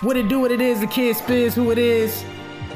What it do, what it is, the kid spins who it is.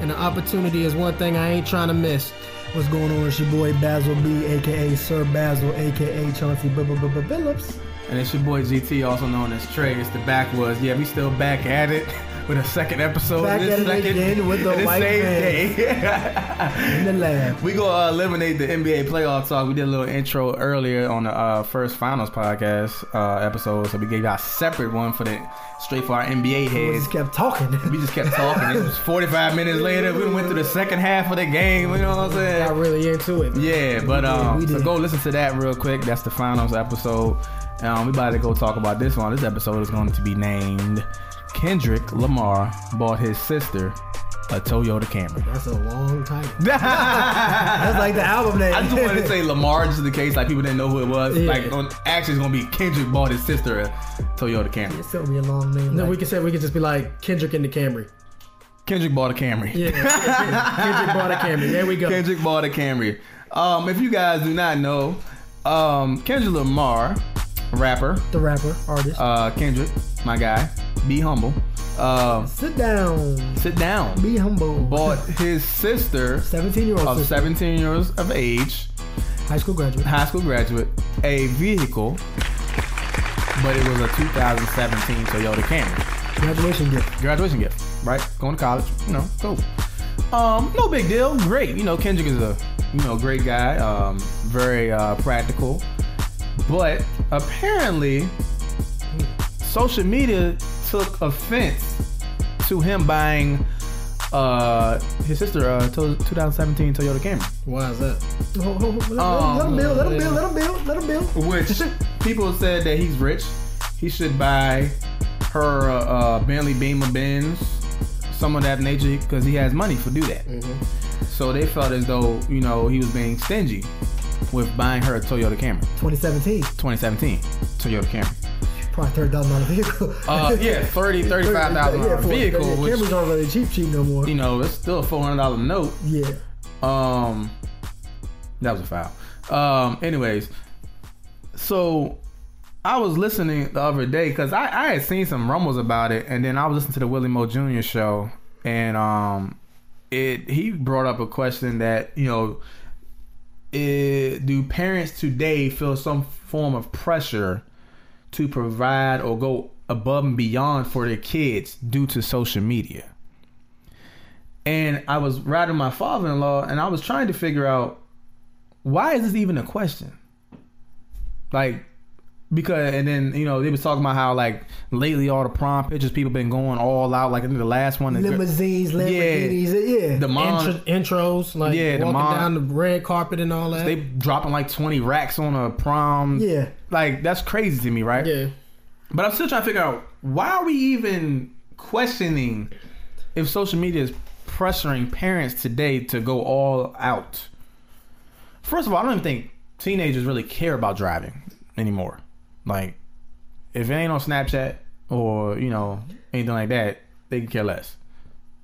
And the opportunity is one thing I ain't trying to miss. What's going on? It's your boy Basil B, aka Sir Basil, aka Chauncey B- B- B- Phillips. And it's your boy GT, also known as Trey. It's the backwoods. Yeah, we still back at it with a second episode. Back this at it second, again with the this white same man. day. In the lab. We gonna uh, eliminate the NBA playoff talk. We did a little intro earlier on the uh, first finals podcast uh, episode, so we gave y'all a separate one for the straight for our NBA We heads. just kept talking. We just kept talking. It was 45 minutes later. We done went through the second half of the game. You know what I'm saying? Got really into it. Yeah, but um, we did. so go listen to that real quick. That's the finals episode. Um, we about to go talk about this one. This episode is going to be named Kendrick Lamar bought his sister a Toyota Camry. That's a long title. That's I like the album name. just wanted to say Lamar just in case like people didn't know who it was. Yeah. Like on, actually, it's gonna be Kendrick bought his sister a Toyota Camry. It's gonna be a long name. No, like- we can say we could just be like Kendrick in the Camry. Kendrick bought a Camry. Yeah, Kendrick bought a Camry. There we go. Kendrick bought a Camry. Um, if you guys do not know, um, Kendrick Lamar, rapper, the rapper, artist. uh, Kendrick, my guy, be humble. Um, Sit down. sit down. Be humble. Bought his sister 17 year old of 17 years of age, high school graduate. high school graduate, a vehicle, but it was a 2017 Toyota Camry. Graduation gift. Graduation gift, right? Going to college, you know, cool. Um, no big deal. Great. You know, Kendrick is a you know great guy. Um, very uh, practical, but apparently, social media took offense to him buying uh his sister uh to- 2017 Toyota Camry, Why is that? Ho- ho- ho- Um, Let him build, let him yeah. build, let him build, let him build. which people said that he's rich. He should buy her uh, uh Bentley Beamer Benz, some of that nature, because he has money for do that. Mm. So they felt as though you know he was being stingy with buying her a Toyota Camry, 2017, 2017 Toyota Camry. probably thirty thousand dollar vehicle. Uh, yeah, 30, 35,000 Yeah, for- vehicle, yeah, which, Cameras aren't really cheap, cheap no more. you know, it's still a $400 note. Yeah, Um, that was a foul. Um, anyways, so I was listening the other day because I, I had seen some rumbles about it, and then I was listening to the Willie Mo Jr. show, and um, it he brought up a question that you know, it, do parents today feel some form of pressure to provide or go above and beyond for their kids due to social media? And I was riding my father in law and I was trying to figure out why is this even a question? Like, because and then you know they was talking about how like lately all the prom pictures people been going all out like I think the last one the gir- limousines, Lamborghinis. Yeah, the mom Intro, intros, like Yeah, the walking mom- down the red carpet and all that. they dropping like 20 racks on a prom yeah. like that's crazy to me right yeah, but i'm still trying to figure out why are we even questioning if social media is pressuring parents today to go all out first of all i don't even think teenagers really care about driving anymore like if it ain't on snapchat or you know anything like that they can care less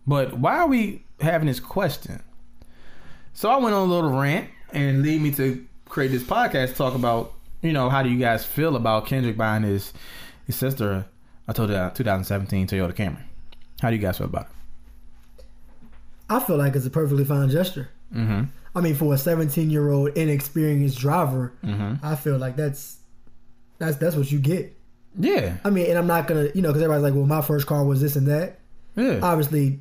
but why are we having this question so I went on a little rant and lead me to create this podcast to talk about, you know, how do you guys feel about Kendrick buying his his sister I told you uh, 2017 Toyota Camry. How do you guys feel about it? I feel like it's a perfectly fine gesture. Mm-hmm. I mean, for a 17 year old inexperienced driver, Mhm. I feel like that's that's that's what you get. Yeah. I mean, and I'm not gonna, you know, because everybody's like, well, my first car was this and that. Yeah. Uh, Obviously,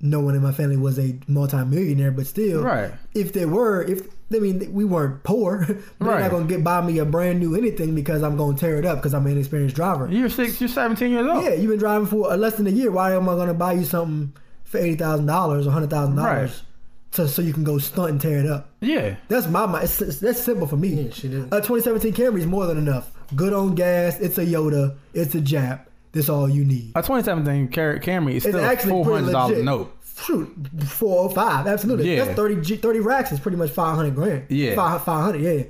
no one in my family was a multimillionaire, but still, right. if they were, if I mean, we weren't poor, but they're Right. not gonna get buy me a brand new anything because I'm gonna tear it up because I'm an inexperienced driver. You're six. You're 17 years old. Yeah, you've been driving for uh, less than a year. Why am I going to buy you something for eighty thousand dollars or hundred thousand Right. dollars to so you can go stunt and tear it up? Yeah. That's my mind. It's, it's- that's simple for me. Yeah, she did. A 2017 Camry is more than enough. Good on gas. It's a Yoda. It's a Jap. That's all you need. A 2017 Car- Camry is It's still a actually pretty 400 legit. dollar note. Shoot, four or five. Absolutely. Yeah. That's 30, G- 30 racks is pretty much five hundred grand. Yeah. five hundred. Yeah.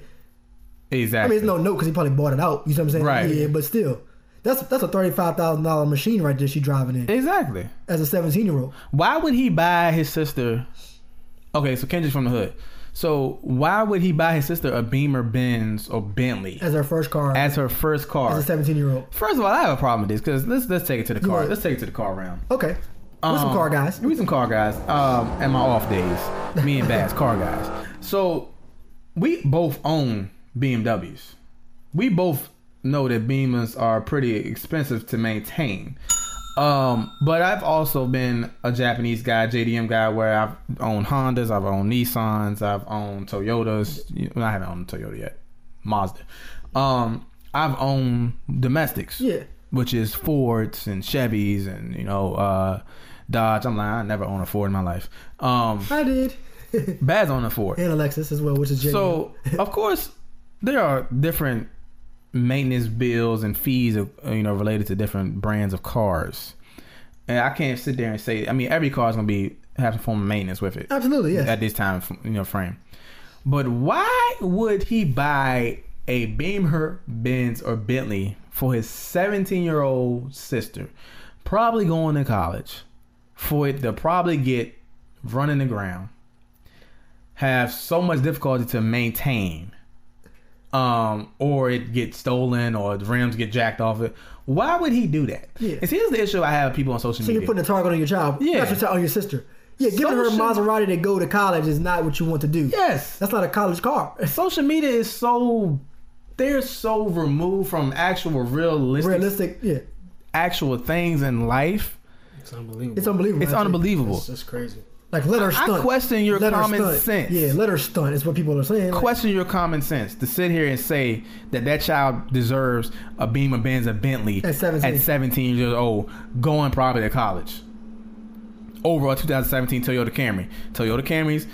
I Exactly. mean, it's no note because he probably bought it out. You see what I'm saying? Right. Yeah, but still, that's that's a thirty five thousand dollar machine right there. She driving in exactly. as a seventeen year old. Why would he buy his sister? Okay, so Kendrick's from the hood. So why would he buy his sister a Beamer Benz or Bentley as her first car as, as her first car? a 17 year old. First of all, I have a problem with this because let's let's take it to the car. Yeah. Let's take it to the car round. Okay. Um, We're some car guys. We some car guys. Um, and my off days, me and Bass, car guys. So we both own BMWs. We both know that Beamers are pretty expensive to maintain. Um, but I've also been a Japanese guy, JDM guy, where I've owned Hondas, I've owned Nissans, I've owned Toyotas. You know, I haven't owned a Toyota yet, Mazda. Um, I've owned domestics Yeah. which is Fords and Chevys and you know uh, Dodge. I'm like I never own a Ford in my life. Um, I did. and Bad's on a Ford, Alexis as well, which is genuine. so of course there are different maintenance bills and fees of, you know related to different brands of cars. And I can't sit there and say I mean every car is gonna be have some form of maintenance with it Absolutely, yes. at this time you know frame. But why would he buy a Beamer, Benz, or Bentley for his 17 year old sister, probably going to college, for it to probably get run in the ground, have so much difficulty to maintain, um, or it gets stolen or the rims get jacked off it? Why would he do that? Yeah. And see, here's the issue I have with people on social So media. you're putting a target on your child. Yeah. Not your child, on your sister. Yeah, giving her a Social- Maserati to go to college is not what you want to do. yes. That's not a college car. social media is so they're so removed from actual realistic Realistic, yeah. actual things in life. It's unbelievable. It's unbelievable. It's actually. unbelievable. It's just crazy. Like let her I stunt. question your Let her common stunt. sense. Yeah, let her stunt is what people are saying. Like, Question your common sense to sit here and say that that child deserves a beam of Benz, a Bentley At 17. at 17 years old, going probably to college over a 2017 Toyota Camry. Toyota Camrys,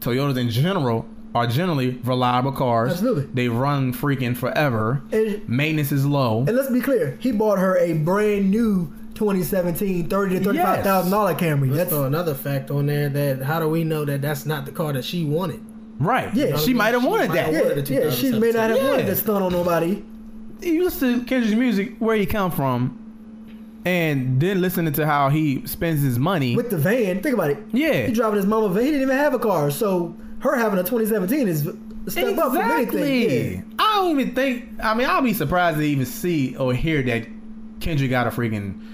Toyotas in general, are generally reliable cars. Absolutely. They run freaking forever. And- Maintenance is low. And let's be clear, he bought her a brand new 2017 30 to 35 thousand dollar Camry. Let's That's throw another fact on there that how do we know that that's not the car that she wanted? right. Yeah. she might have She wanted might that. have yeah, wanted a yeah. She may not have 2017. wanted Yeah. to stunt on nobody. you listen to Kendrick's music where he come from, and then listening to how he spends his money. with the van. Think about it. Yeah. He driving his mama van. He didn't even have a car. So her having a 2017 is a step up from anything. Yeah. I don't even think. I mean, I'll be surprised to even see or hear that Kendrick got a freaking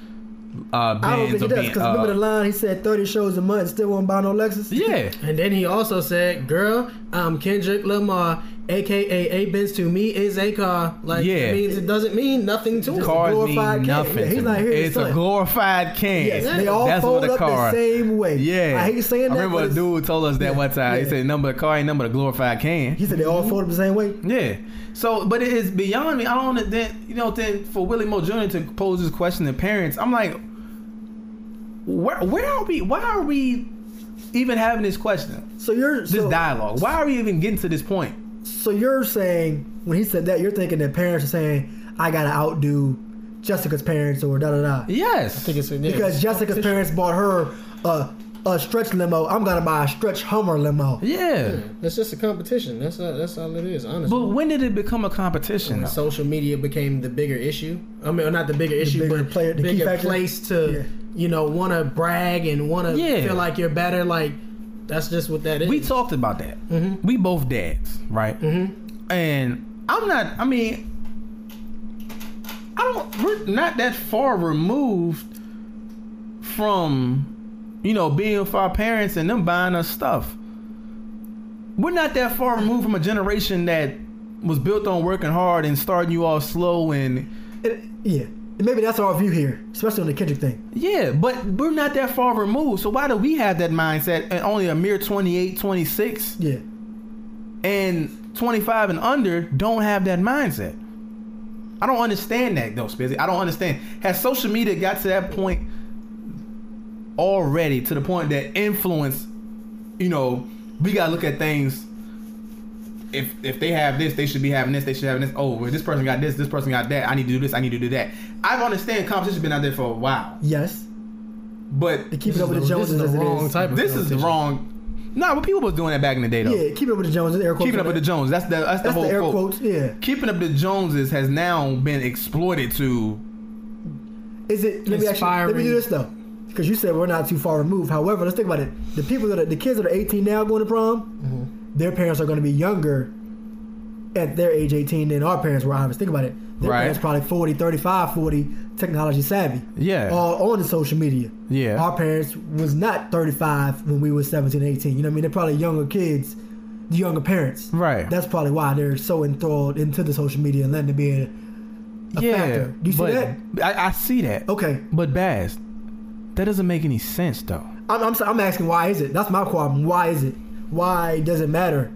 uh, Benz I don't think or he does Benz, because uh, remember the line he said 30 shows a month and still won't buy no Lexus. Yeah, And then he also said, "Girl, I'm Kendrick Lamar, aka A Benz. To me is a car. Like Yeah. it means it doesn't mean nothing to him. cars glorified can. mean nothing. Yeah, he's to not me. here to it's a stunt. glorified can. Yes, they all That's fold what a up car. the same way. Yeah, I hate saying that. I remember but a it's- dude told us that one time. He yeah. said, "Number of car ain't number of glorified can." He said they Mm-hmm. all fold up the same way. Yeah. So, but it is beyond me. I don't then you know then for Willie Mo Jr. to pose this question to parents. I'm like, where where are we? Why are we even having this question? So you're This so, dialogue. Why are we even getting to this point? so you're saying when he said that you're thinking that parents are saying I gotta outdo Jessica's parents or da da da. Yes. I think it's- yeah, Because it's- Jessica's parents bought her a, a stretch limo. I'm gonna buy a stretch Hummer limo. yeah. It's just a competition. That's all, that's all it is, honestly. But when did it become a competition? when though? social media became the bigger issue. I mean, or not the bigger issue, bigger but player- the key bigger factor. place to Yeah. you know want to brag and want to Yeah. feel like you're better. Like that's just what that is. we talked about that. We both dads, right? Mm-hmm. And I'm not. I mean, I don't. We're not that far removed from, you know, being with our parents and them buying us stuff. We're not that far removed from a generation that was built on working hard and starting you off slow and It- yeah, and maybe that's our view here, especially on the Kendrick thing. Yeah, but we're not that far removed. So why do we have that mindset and only a mere 28, 26? Yeah, and 25 and under don't have that mindset. I don't understand that though, Spizzy. I don't understand. Has social media got to that point already? To the point that influence, you know, we gotta look at things. If if they have this, they should be having this. They should have this. Oh, well, this person got this. This person got that. I need to do this. I need to do that. I understand competition's been out there for a while, yes, but to keep This it up with is the the- this Joneses is as the it wrong is. type of this is the competition. wrong. Nah, but people was doing that back in the day though. Yeah, keep it up with the Joneses. Air quotes. Keeping up with the Jones. That's the that's the That's whole the air quote. quotes. Yeah. Keeping up the Joneses has now been exploited to. Is it? Let me actually. Let me Inspiring. do this though, because you said we're not too far removed. However, let's think about it. The people that are, the kids that are 18 now going to prom, Mm-hmm. their parents are going to be younger at their age 18 than our parents were. Obviously, think about it. Their Right. parents probably 40, 35, 40, technology savvy. Yeah. All on the social media. Yeah. Our parents was not 35 when we was 17, 18. You know what I mean? They're probably younger kids, the younger parents. Right. That's probably why they're so enthralled into the social media and letting it be a, a factor. Do you see but that? Oh. I, I see that. Okay. But Baz, that doesn't make any sense though. I'm, I'm, I'm asking why is it? That's my problem. Why is it? Why does it matter?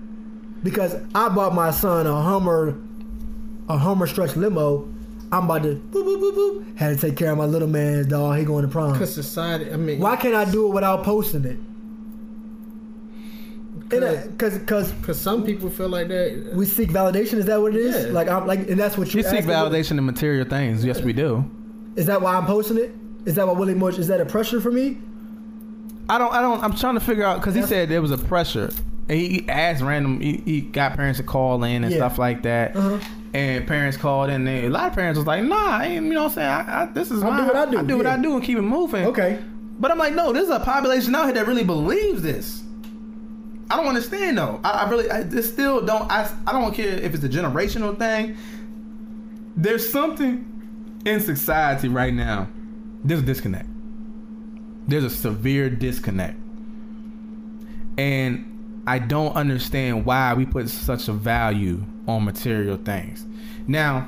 Because I bought my son a Hummer, a Hummer stretch limo. I'm about to boop boop boop boop. Had to take care of my little man's dog. He going to prom. Because society, I mean, Why can't I do it without posting it? Because because Because some people feel like that. we seek validation. Is that what it is? Yeah. Like I'm like, and that's what you You seek asking? validation in material things. Yes, we do. Is that why I'm posting it? Is that what Willie Mush? Is that a pressure for me? I don't. I don't. I'm trying to figure out because he That's- said there was a pressure. And he he asked random. He, he got parents to call in and Yeah. stuff like that. Uh-huh. And parents called in. And a lot of parents was like, "Nah, I ain't, you know what I'm saying? I, I, this is I my. do what I do, I do what yeah. I do and keep it moving. Okay. But I'm like, no, there's a population out here that really believes this. I don't understand though. I, I really, I this still don't. I, I don't care if it's a generational thing. There's something in society right now. There's a disconnect. There's a severe disconnect, and I don't understand why we put such a value on material things. Now,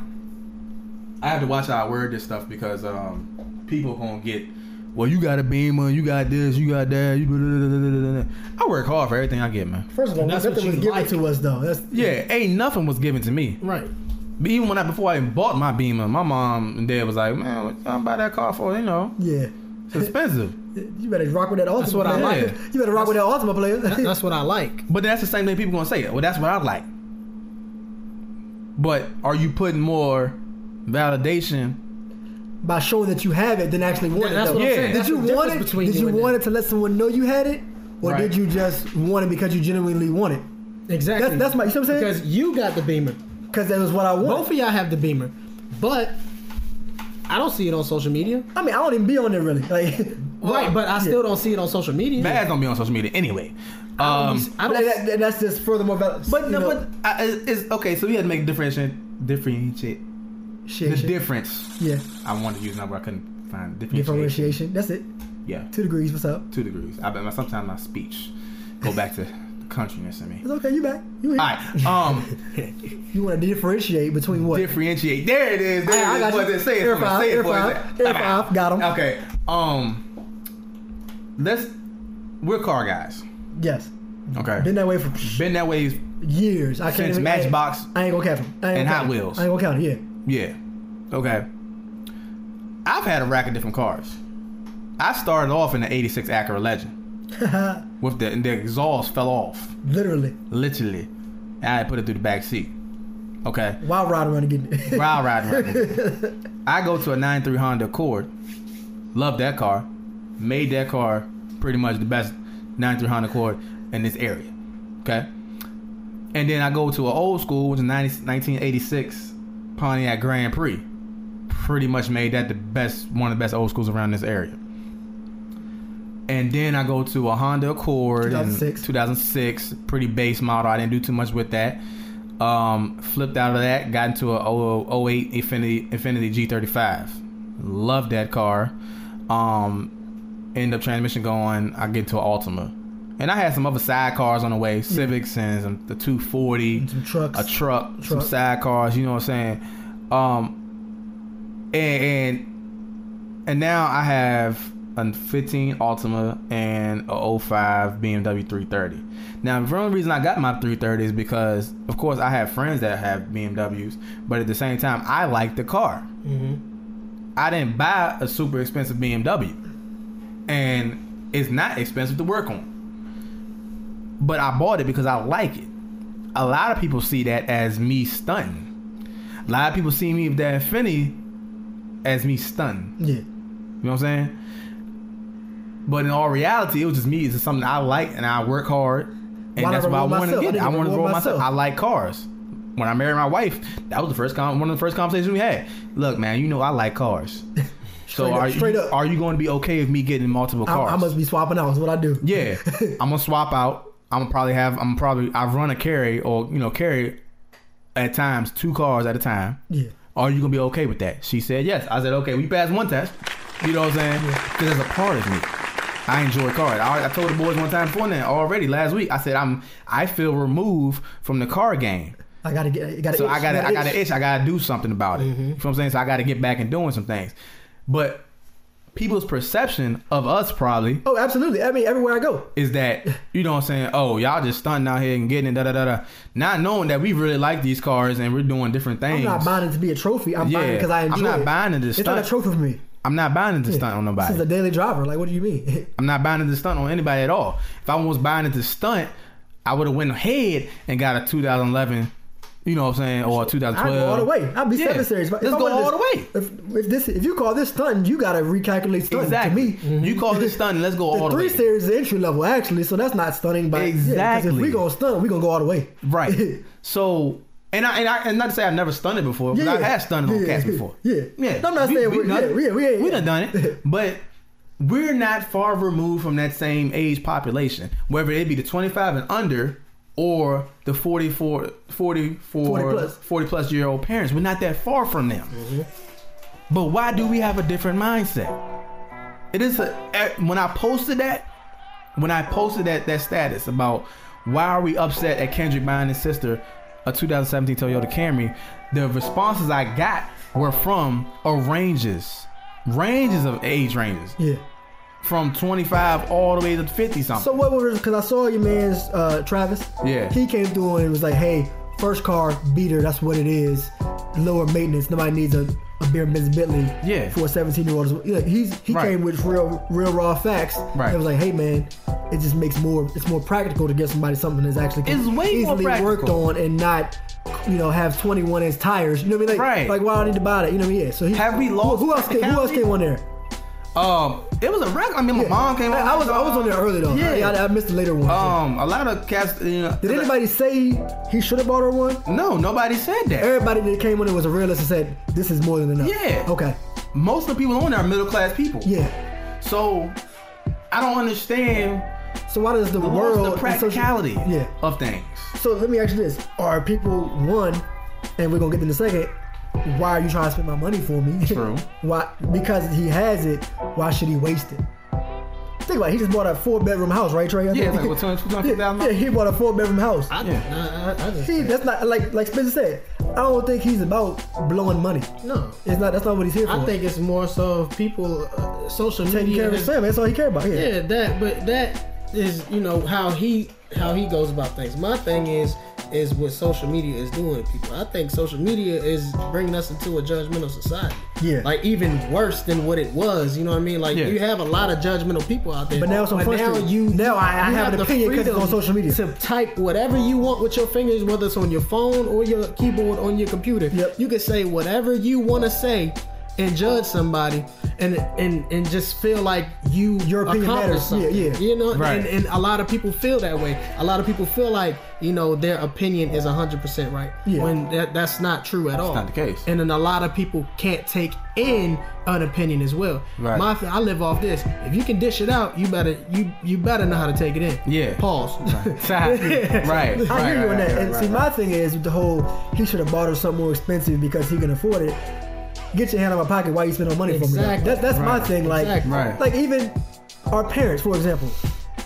I have to watch how I word this stuff because um, people gonna get. Well, you got a beamer, you got this, you got that. You blah, blah, blah, blah, blah, blah." I work hard for everything I get, man. First of all, And that's nothing what was you given like. to us though. That's Yeah, ain't nothing was given to me. Right. But even when I before I even bought my beamer, my mom and dad was like, "Man, what y'all buy that car for? You know, yeah. it's expensive." You better rock with that ultimate. what I player. like. You better rock with that ultimate player. That- that's what I like. But that's the same thing people gonna say. Well, that's what I like. But are you putting more validation By showing that you have it, then actually want it. that's though. what I'm saying. Did That's you the want it? difference between did you you, and want them. it to let someone know you had it, or Right. did you just want it because you genuinely want it? Exactly. That's- that's my- you see what I'm saying? Because you got the beamer. Because that was what I Both wanted. of y'all have the beamer, but I don't see it on social media. I mean, I don't even be on there really. Like, right, but I still don't see it on social media. Bad's gonna be on social media anyway. Um, I like, don't. that, that- that's just furthermore. About, but you no, know, but I, it's it's- okay. So we had to make a differentiation, differentiate shit, the shit. difference. yeah, I wanted to use number I couldn't find differentiation. differentiation. That's it. Yeah, Two degrees. What's up? two degrees. I bet my sometimes my speech go back to countryness in me. It's okay. You back? You here? All right, um, You want to differentiate between what? differentiate. There it is. There I- I it got is. What you. it say it Air for me. five, Say it air for me. five, Say- air five. Got 'em. Okay. Um, let's. We're car guys. yes. Okay. Been Been, that way for that way. years. I can't Since even- I ain't- Matchbox I ain't gonna count them. I ain't gonna and Hot count 'em. Wheels. I ain't gonna count 'em, Yeah. Yeah. Okay. I've had a rack of different cars. I started off in the '86 Acura Legend with the the exhaust fell off. Literally, literally. And I put it through the back seat. Okay. wild ride around and get it. Wild riding. around. I go to a 93 Honda Accord. Love that car. Made that car pretty much the best 93 Honda Accord in this area. Okay. And then I go to an old school, which is 90, 1986 Pontiac Grand Prix. Pretty much made that the best, one of the best old schools around this area. And then I go to a Honda Accord in 2006. 2006, pretty base model. I didn't do too much with that. Um, flipped out of that, got into a 00 08 Infinity Infinity G35. Love that car. Um, end up transmission going. I get to an Altima. And I had some other side cars on the way, Civics and some, the 240 Some trucks. a truck, some Truck. side cars. You know what I'm saying? Um, and and and now I have a 15 Altima and a 05 BMW 330. Now, the only reason I got my 330 is because, of course, I have friends that have BMWs, but at the same time, I like the car. I didn't buy a super expensive BMW, and it's not expensive to work on. But I bought it because I like it. A lot of people see that as me stunting. A lot of people see me with that Infinity as me stunting. yeah. You know what I'm saying? But in all reality, it was just me. It's just something I like, and I work hard, and Why not that's why I reward want to myself? get. It. I I need to want to roll reward myself. myself. I like cars. When I married my wife, that was the first con- one of the first conversations we had. Look, man, you know I like cars. So Straight up, are straight you up. are you going to be okay with me getting multiple I, cars? I must be swapping out. Is what I do. Yeah, I'm gonna swap out. I'm probably have I'm probably I run a carry or you know carry at times two cars at a time. Yeah. Are you gonna be okay with that? She said yes. I said okay. We passed one test. You know what I'm saying? Because as a part of me, I enjoy cars. I, I told the boys one time before now already last week. I said I'm I feel removed from the car game. I gotta get. I gotta So itch, Mm-hmm. I gotta, I gotta gotta itch. I gotta do something about it. You know what I'm saying? So I gotta get back and doing some things. But people's perception of us probably Oh, absolutely. I mean, everywhere I go. is that you know what I'm saying? Oh, y'all just stunting out here and getting it, da da da da, not knowing that we really like these cars and we're doing different I'm things. not buying it to be a trophy. I'm buying it Yeah. because I I'm enjoy not it. buying it to It's not stunt. a trophy for me. I'm not buying it to stunt on This is nobody. a daily driver. Like, what do you mean? I'm not buying it to stunt on anybody at all. If I was buying it to stunt, I would have went ahead and got a 2011. You know what I'm saying? Or I a go 2012. all the way. I'll be Yeah. seven series. If Let's I go wanted all the this- way. If, if this, if you call this stunt, you gotta recalculate stunt. Exactly. To me, You call this stunting, let's go the all the three way. series is entry level actually, so that's not stunning. But yeah, 'cause if Exactly. we gonna stunt, we gonna go all the way. Right. so and I and I and not to say I've never stunned it before, because I have stunned it on Yeah. cats before. Yeah. Yeah. No, I'm not saying we're- done yeah, it. yeah, we ain't- we done done it. But we're not far removed from that same age population, whether it be the 25 and under or the 44, 44 40 plus. Mm-hmm. 40 plus year old parents. We're not that far from them. But why do we have a different mindset? It is a, eh, when I posted that, when I posted that that status about why are we upset at Kendrick buying his sister a 2017 Toyota Camry, the responses I got were from a ranges, ranges of age ranges, Yeah. from 25 all the way to 50 something. So what was? Because I saw your man's uh, Travis. Yeah. He came through and was like, "Hey, first car beater. That's what it is. Lower maintenance. Nobody needs a." A beer Benz Bentley Yeah. for a 17 year old. Yeah, he's he Right. came with real real raw facts. Right. It was like, hey man, it just makes more it's more practical to get somebody something that's actually It's way more easily worked practical. on and not you know have 21 inch tires. You know what I mean? Like, Right. Like why do I need to buy that? You know what I mean? Yeah. So he, Have we lost Who, who else came? Who else practicality? came on there? um, it was a record. I mean, my Yeah. mom came. I, I was I was on there early though. Yeah. Yeah. I, I missed the later one. Um, a lot of cats. You know, Did anybody say he should have bought her one? No, nobody said that. Everybody that came on it was a realist and said, this is more than enough. Yeah. Okay. Most of the people on there are middle class people. Yeah. So I don't understand So why does the the world the and social- practicality yeah. of things. So let me ask you this: Are people one, and we're gonna get in a second? Why are you trying to spend my money for me? True. why? Because he has it. Why should he waste it? Think about it. He just bought a four bedroom house, right, Trey? I Yeah, think- it's like, what, 200, yeah, 250,000? yeah, he bought a four bedroom house. I, Yeah. I, I, I just See, that's not like like Spencer said. I don't think he's about blowing money. no. It's not. That's not what he's here for. I think it's more so of people, uh, social taking care media. of his is- family. That's all he cares about. Yeah. yeah, that. But that is, you know, how he how he goes about things. My thing is is what social media is doing to people. I think social media is bringing us into a judgmental society. Yeah. like even worse than what it was. You know what I mean? Like Yeah. you have a lot of judgmental people out there. But now it's on front now street. you Now I- I you have an the opinion 'cause it's freedom on social media. to type whatever you want with your fingers, whether it's on your phone or your keyboard on your computer. Yep. You can say whatever you want to say and judge somebody and and and just feel like you Your opinion accomplished matters. Yeah, something. yeah. You know, Right. and, and a lot of people feel that way. A lot of people feel like you know their opinion is hundred percent right Yeah. when that, that's not true at all. not the case. And then a lot of people can't take in an opinion as well. Right. My I live off this. If you can dish it out, you better you you better know how to take it in. Yeah. Pause. right, right. I hear you on that. right, and right, see, right. my thing is with the whole he should have bought her something more expensive because he can afford it. Get your hand out of my pocket. Why you spending money for me? Exactly. That, that's my Right. thing. Like, Exactly. Right. like even our parents, for example,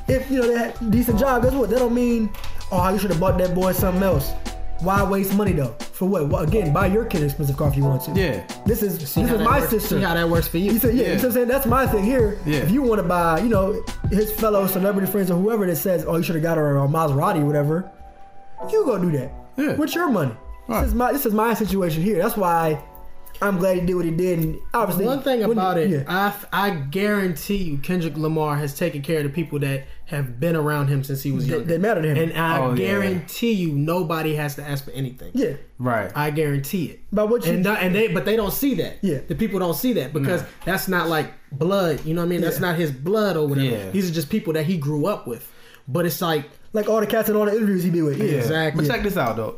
if you know they had a decent job, guess what? That don't mean oh you should have bought that boy something else. Why waste money though? For what? Well, again, buy your kid an expensive car if you want to. Yeah. This is See this how is that my works- sister. See how that works for you. You said, yeah, you Yeah. know what I'm saying? That's my thing here. Yeah. If you want to buy, you know, his fellow celebrity friends or whoever that says, oh, you should have got her a Maserati or whatever, you go do that. Yeah. With your money. Right. This is my this is my situation here. That's why I'm glad he did what he did. And obviously, One thing when- about it, yeah. I, I guarantee you, Kendrick Lamar has taken care of the people that have been around him since he was that, young. that mattered to him. And I Oh, yeah. guarantee you, nobody has to ask for anything. yeah, Right. I guarantee it. But what you- and, not- and they but they don't see that. Yeah. the people don't see that because that's not like blood. You know what I mean? That's Yeah. not his blood or whatever. Yeah. These are just people that he grew up with. But it's like like all the cats in all the interviews he be with. Yeah, Yeah. exactly. But check this out though.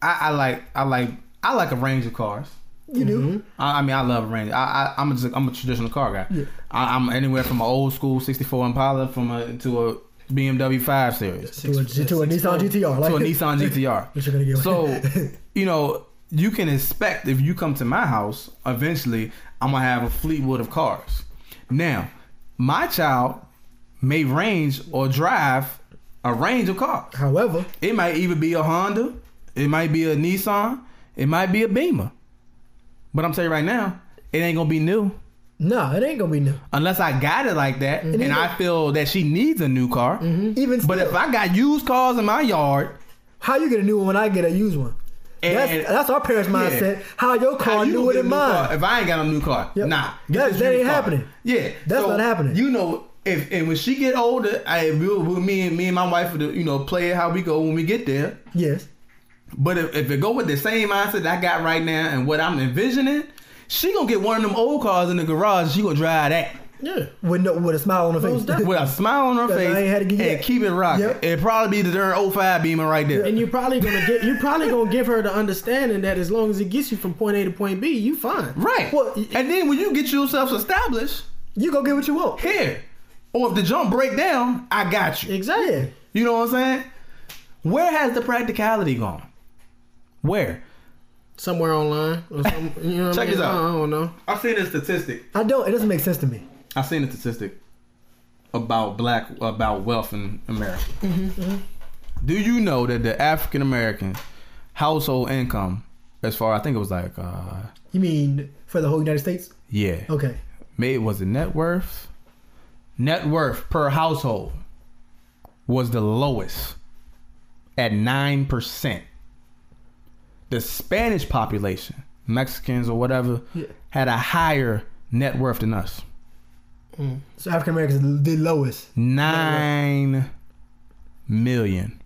I, I like I like I like a range of cars. you do. Mm-hmm. I, I mean, I love Range. I, I I'm just I'm a traditional car guy. Yeah. I, I'm anywhere from an old school '64 Impala from a to a BMW 5 Series To a, to a Nissan GTR. Like, to a Nissan What you gonna GTR. get? So, you know, you can expect if you come to my house, eventually I'm gonna have a Fleetwood of cars. Now, my child may range or drive a range of cars. However, It might even be a Honda, it might be a Nissan, it might be a Beamer. But I'm telling you right now, it ain't gonna be new. nah, it ain't gonna be new. Unless I got it like that, Mm-hmm. and I feel that she needs a new car. Even But still, if I got used cars in my yard, how you get a new one when I get a used one? And- that's that's our parents' Yeah. mindset. How your car How you new gonna it get in a new mine? car If I ain't got a new car, Yep. nah, That- this that used ain't car. happening. Yeah, That's not happening. You know, if and when she get older, I we, we, me and me and my wife, would, you know, play it how we go when we get there. Yes. But if, if it go with the same mindset that I got right now and what I'm envisioning, she gonna get one of them old cars in the garage. She gonna drive that Yeah. With no, with a smile on her Most face. with a smile on her Cause I face ain't had to get and yet. keep it rocking. Yep. It'd probably be the darn 05 Beamer right there. And you probably gonna get you probably gonna give her the understanding that as long as it gets you from point A to point B, you fine. Right. Well, and then when you get yourself established, you go get what you want. here. Or if the jump break down, I got you. Exactly. Yeah. You know what I'm saying? Where has the practicality gone? Where? Somewhere online. Or some, you know what Check I mean? this out. I don't know. I've seen a statistic. I don't. It doesn't make sense to me. I've seen a statistic about black about wealth in America. Do you know that the African American household income, as far I think it was like, uh, You mean for the whole United States? yeah, Okay. maybe it was the net worth. Net worth per household was the lowest at nine percent. The Spanish population, Mexicans or whatever, Yeah. had a higher net worth than us. So African Americans the lowest. Nine million.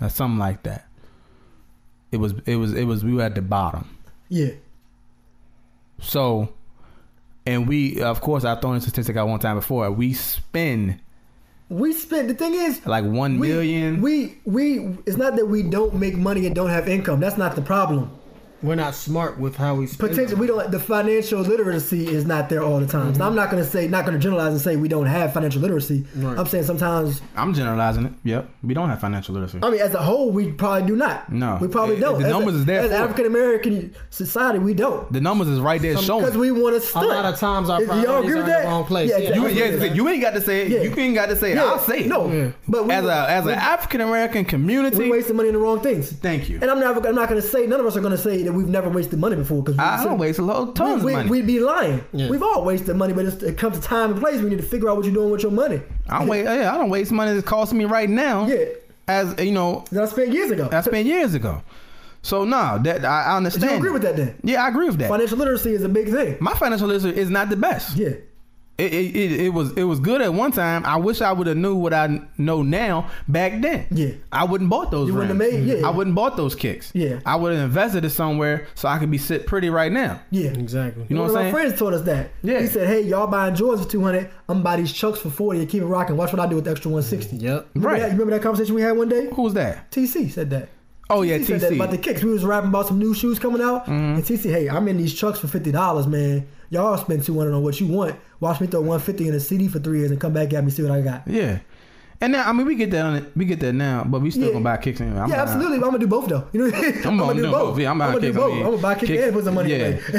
Or something like that. It was it was it was we were at the bottom. Yeah. So, and we, of course, I thrown a statistic out one time before. We spend We spend. The thing is, like one we, million. We we. It's not that we don't make money and don't have income. That's not the problem. We're not smart with how we spend. Potentially, we don't. The financial literacy is not there all the time. Mm-hmm. So I'm not gonna say, not gonna generalize and say we don't have financial literacy. Right. I'm saying sometimes. I'm generalizing it. Yep, we don't have financial literacy. I mean, as a whole, we probably do not. No. we probably It- don't. the As a- numbers is there As for it. African American society, we don't the numbers is right there because showing. we want to. a lot of times our priorities are in the wrong place. Yeah, Yeah, you, exactly. yeah, you ain't got to say it. Yeah. You ain't got to say it. Yeah. I'll say it. No, Yeah. but we, as a as an African American community, we wasting money on the wrong things. thank you. And I'm not. I'm not going to say. None of us are going to say that we've never wasted money before. Because I don't waste a lot tons we, of money. We'd be lying. Yeah. We've all wasted money, but it's, it comes to time and place. We need to figure out what you're doing with your money. I don't wait. Yeah, I don't waste money that's costing me right now. Yeah. as you know, That I spent years ago. I spent years ago. So no, that I, I Do understand. you agree with that then? Yeah, I agree with that. Financial literacy is a big thing. My financial literacy is not the best. Yeah. It, it, it, it was it was good at one time. I wish I would have knew what I know now back then. Yeah. I wouldn't bought those. You wouldn't rims. have made- yeah. I wouldn't bought those kicks. Yeah. I would have invested it somewhere so I could be sit pretty right now. Yeah. Exactly. You know One what of I'm my saying? friends taught us that. Yeah. He said, "Hey, y'all buying Jordans for 200. I'm gonna buy these Chucks for 40 and keep it rocking. Watch what I do with the extra 160." Yep. Remember Right. That, you remember that conversation we had one day? Who was that? TC said that. Oh yeah, Mm-hmm. He said that TC. about the kicks. We was rapping about some new shoes coming out, and TC, hey, I'm in these trucks for fifty dollars, man. Y'all spend two hundred on what you want. Watch me throw one fifty in a CD for three years and come back at me see what I got. yeah. And now I mean we get that on it, we get that now, but we still Yeah. gonna buy kicks anyway. I'm yeah, not- absolutely. I'm gonna do both though. You know, I'm, I'm gonna do both. Yeah, I'm about gonna to do kick both. some I'm gonna buy kick, kick- and put some money yeah. away. Yeah, yeah,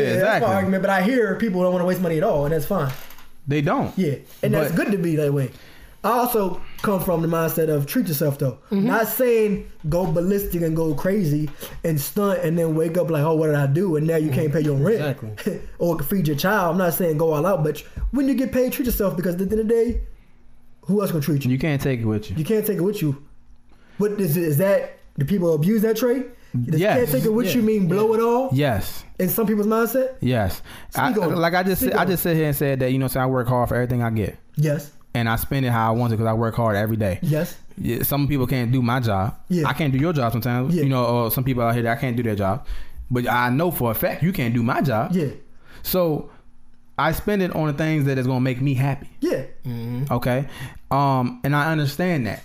That's exactly. my argument. But I hear people don't want to waste money at all, and that's fine. They don't. Yeah, and that's But- good to be that way. I also come from the mindset of treat yourself though. Not saying go ballistic and go crazy and stunt and then wake up like, oh, what did I do? And now you can't pay your rent Exactly. or feed your child. I'm not saying go all out, but when you get paid, treat yourself because at the end of the day, who else gonna treat you? You can't take it with you. You can't take it with you. What is is that? Do people abuse that trait? Does Yes. can't take it with Yeah. you mean blow it all yes. in some people's mindset? Yes. I, Speak on it. like I just Speak I on just sit here and said that, you know, so I work hard for everything I get. Yes. And I spend it how I want to because I work hard every day. Yes. yeah, some people can't do my job. Yeah. I can't do your job sometimes. Yeah. You know, or some people out here that I can't do their job. But I know for a fact you can't do my job. Yeah. So I spend it on the things that is gonna make me happy. Yeah. Okay. Um, and I understand that.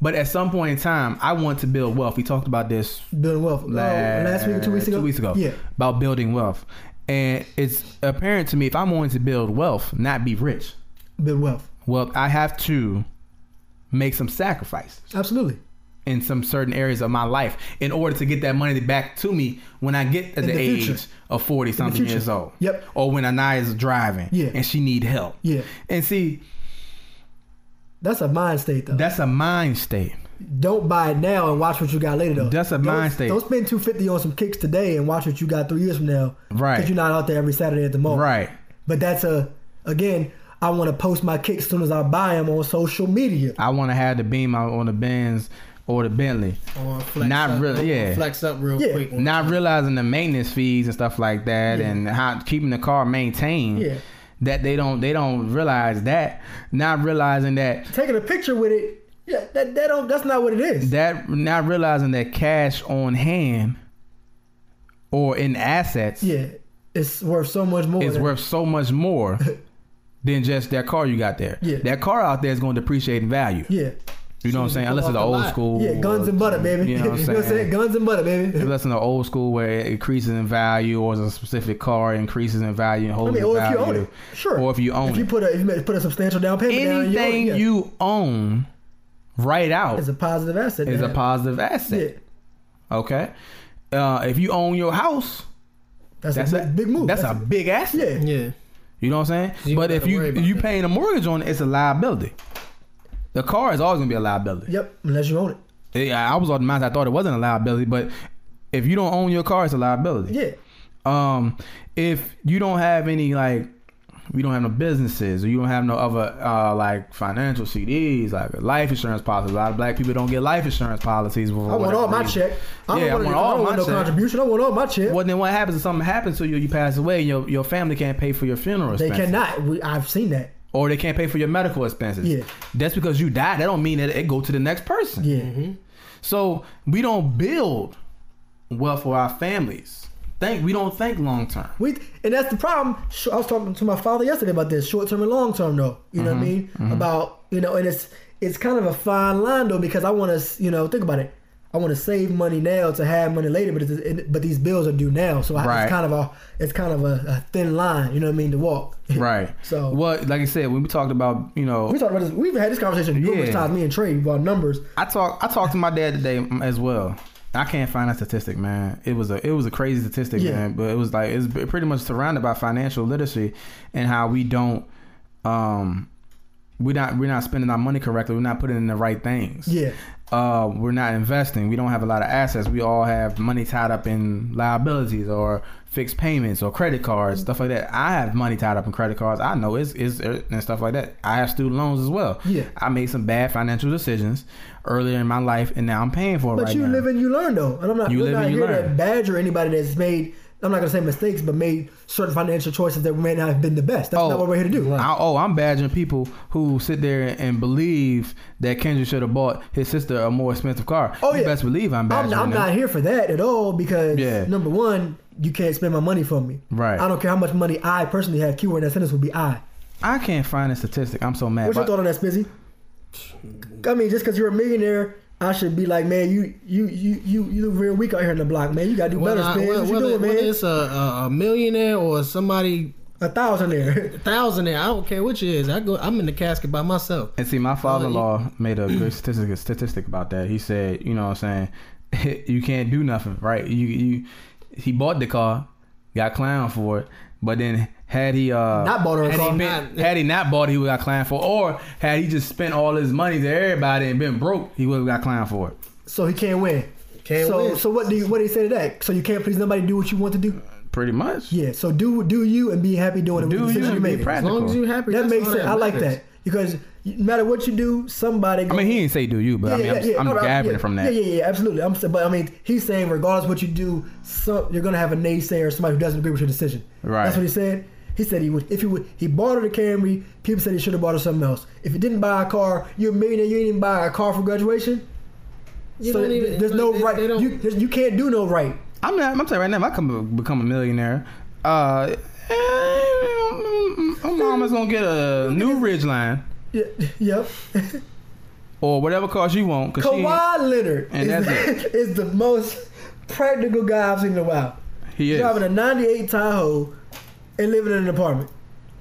But at some point in time, I want to build wealth. We talked about this Building wealth. No, Oh, last week, two weeks ago. Two weeks ago. Yeah. About building wealth. And it's apparent to me if I'm wanting to build wealth, not be rich. Build wealth. Well, I have to make some sacrifices Absolutely. in some certain areas of my life in order to get that money back to me when I get to the, the age future. of 40 something future. years old. Yep. Or when Anaya is driving Yeah. and she need help. Yeah. And see, That's a mind state though. that's a mind state. don't buy it now and watch what you got later though. That's a Don't- mind state. Don't spend two fifty on some kicks today and watch what you got three years from now. Right. Because you're not out there every Saturday at the mall. Right. But that's a again. I want to post my kicks as soon as I buy them on social media. I want to have the beam out on the Benz or the Bentley. Or flex Not up, really, yeah. Flex up real Yeah. quick. Not realizing the maintenance fees and stuff like that and how keeping the car maintained. Yeah. That they don't they don't realize that. Not realizing that Taking a picture with it. Yeah, that, that don't. That's not what it is. that not realizing that cash on hand or in assets yeah, it's worth so much more. is than- worth so much more than just that car you got there. Yeah. That car out there is going to depreciate in value. Yeah, You know what I'm saying? Unless it's an off the old lot. school. yeah. Guns and butter, baby. You know what I'm saying? Guns and butter, baby. Unless in the old school where it increases in value, or a specific car increases in value and I holds mean, its or if value, you own it, sure. or if you own if you it. put a if you put a substantial down payment, down, you, own it, anything yeah. you own, right out is a positive asset. is a man. positive Yeah, asset. Okay, uh, if you own your house, that's, that's a big, a big move. That's, a big asset. yeah. Yeah. You know what I'm saying? You but gotta if you worry about you that. paying a mortgage on it, it's a liability. The car is always gonna be a liability. Yep, unless you own it. Yeah, I was on the mind I thought it wasn't a liability, but if you don't own your car, it's a liability. Yeah, Um, if you don't have any like, you don't have no businesses, or you don't have no other uh like financial CDs, like life insurance policies. A lot of black people don't get life insurance policies. I want all my check. I don't Yeah, I want, want any- all I don't my want no check. contribution. I want all my check. Well, then what happens if something happens to you? You pass away, and your your family can't pay for your funeral. they expenses. cannot. We, I've seen that. or they can't pay for your medical expenses. Yeah. That's because you died. That don't mean that it go to the next person. Yeah, So we don't build wealth for our families. Think we don't think long term. we and that's the problem. Sh- I was talking to my father yesterday about this short term and long term, though. You Mm-hmm. know what I mean? About you know, and it's it's kind of a fine line though because I want to you know think about it. I want to save money now to have money later, but it's, it, but these bills are due now, so I, Right. it's kind of a it's kind of a, a thin line. You know what I mean to walk. Right. So- well, like I said, when we talked about you know, We talked about this. We've had this conversation numerous Yeah. times, me and Trey, about numbers. I talk I talked to my dad today mm, as well. I can't find that statistic, man. It was a it was a crazy statistic, Yeah. man. But it was like it's pretty much surrounded by financial literacy and how we don't um we're not we're not spending our money correctly. We're not putting in the right things. Yeah, uh, we're not investing. We don't have a lot of assets. We all have money tied up in liabilities or fixed payments or credit Mm-hmm. cards, stuff like that. I have money tied up in credit cards. I know it's, it's and stuff like that. I have student loans as well. Yeah. I made some bad financial decisions earlier in my life, and now I'm paying for it but right you now. live and you learn though, and I'm not. You we're live not and you here to learn. badger anybody that's made. I'm not gonna say mistakes, but made certain financial choices that may not have been the best. That's not what we're here to do. I, oh, I'm badgering people who sit there and believe that Kendrick should have bought his sister a more expensive car. Oh, you yeah. best believe I'm badgering I'm, I'm them. not here for that at all because Yeah. number one, you can't spend my money for me. Right. I don't care how much money I personally have. Keyword in that sentence would be I. I can't find a statistic. I'm so mad. What's your But- thought on that, Spizzy? I mean, just because you're a millionaire, I should be like, man, you you you you you look real weak out here in the block, man. You gotta do Whether, better, Spizz. whether, What you whether, doing, man? it's a, a, a millionaire or somebody A thousand there. thousandaire, I don't care which it is. I go. I'm in the casket by myself. And Oh, see, my father-in-law made a good statistic statistic about that. He said, you know what I'm saying, you can't do nothing, right? You you he bought the car, got clowned for it, but then had he uh Not bought her a And car. he man. made- spent- had he not bought it, he would got clowned for, it. or had he just spent all his money to everybody and been broke, he would have got clowned for it. so he can't win. Can't so win. so what do you what do you say to that? So you can't please nobody. Do what you want to do. Pretty much. Yeah. So do do you and be happy doing it. with Do the you decision and be make. As practical? long as you happy, That that's makes all sense. I like matters. that because no matter what you do, somebody. I mean, he didn't say do you, but I mean, I'm, I'm All right, gathering yeah, from that. Yeah, yeah, yeah, absolutely. I'm, s- but I mean, he's saying regardless what you do, some, you're gonna have a naysayer, somebody who doesn't agree with your decision. Right. That's what he said. He said he would if he would he bought her the Camry. People said he should have bought her something else. If he didn't buy a car, you're a millionaire. You didn't buy a car for graduation. You so don't even- there's like, no they- right. they don't- you, there's- you can't do no right. I'm not. I'm saying right now, if I come become a millionaire, uh, eh, my mama's gonna get a new Ridgeline. Yeah, yep. or whatever car she want. Cause Kawhi Leonard And is, that's is the most practical guy I've seen in a while. she, ain't- he is. driving a 98 Tahoe and living in an apartment.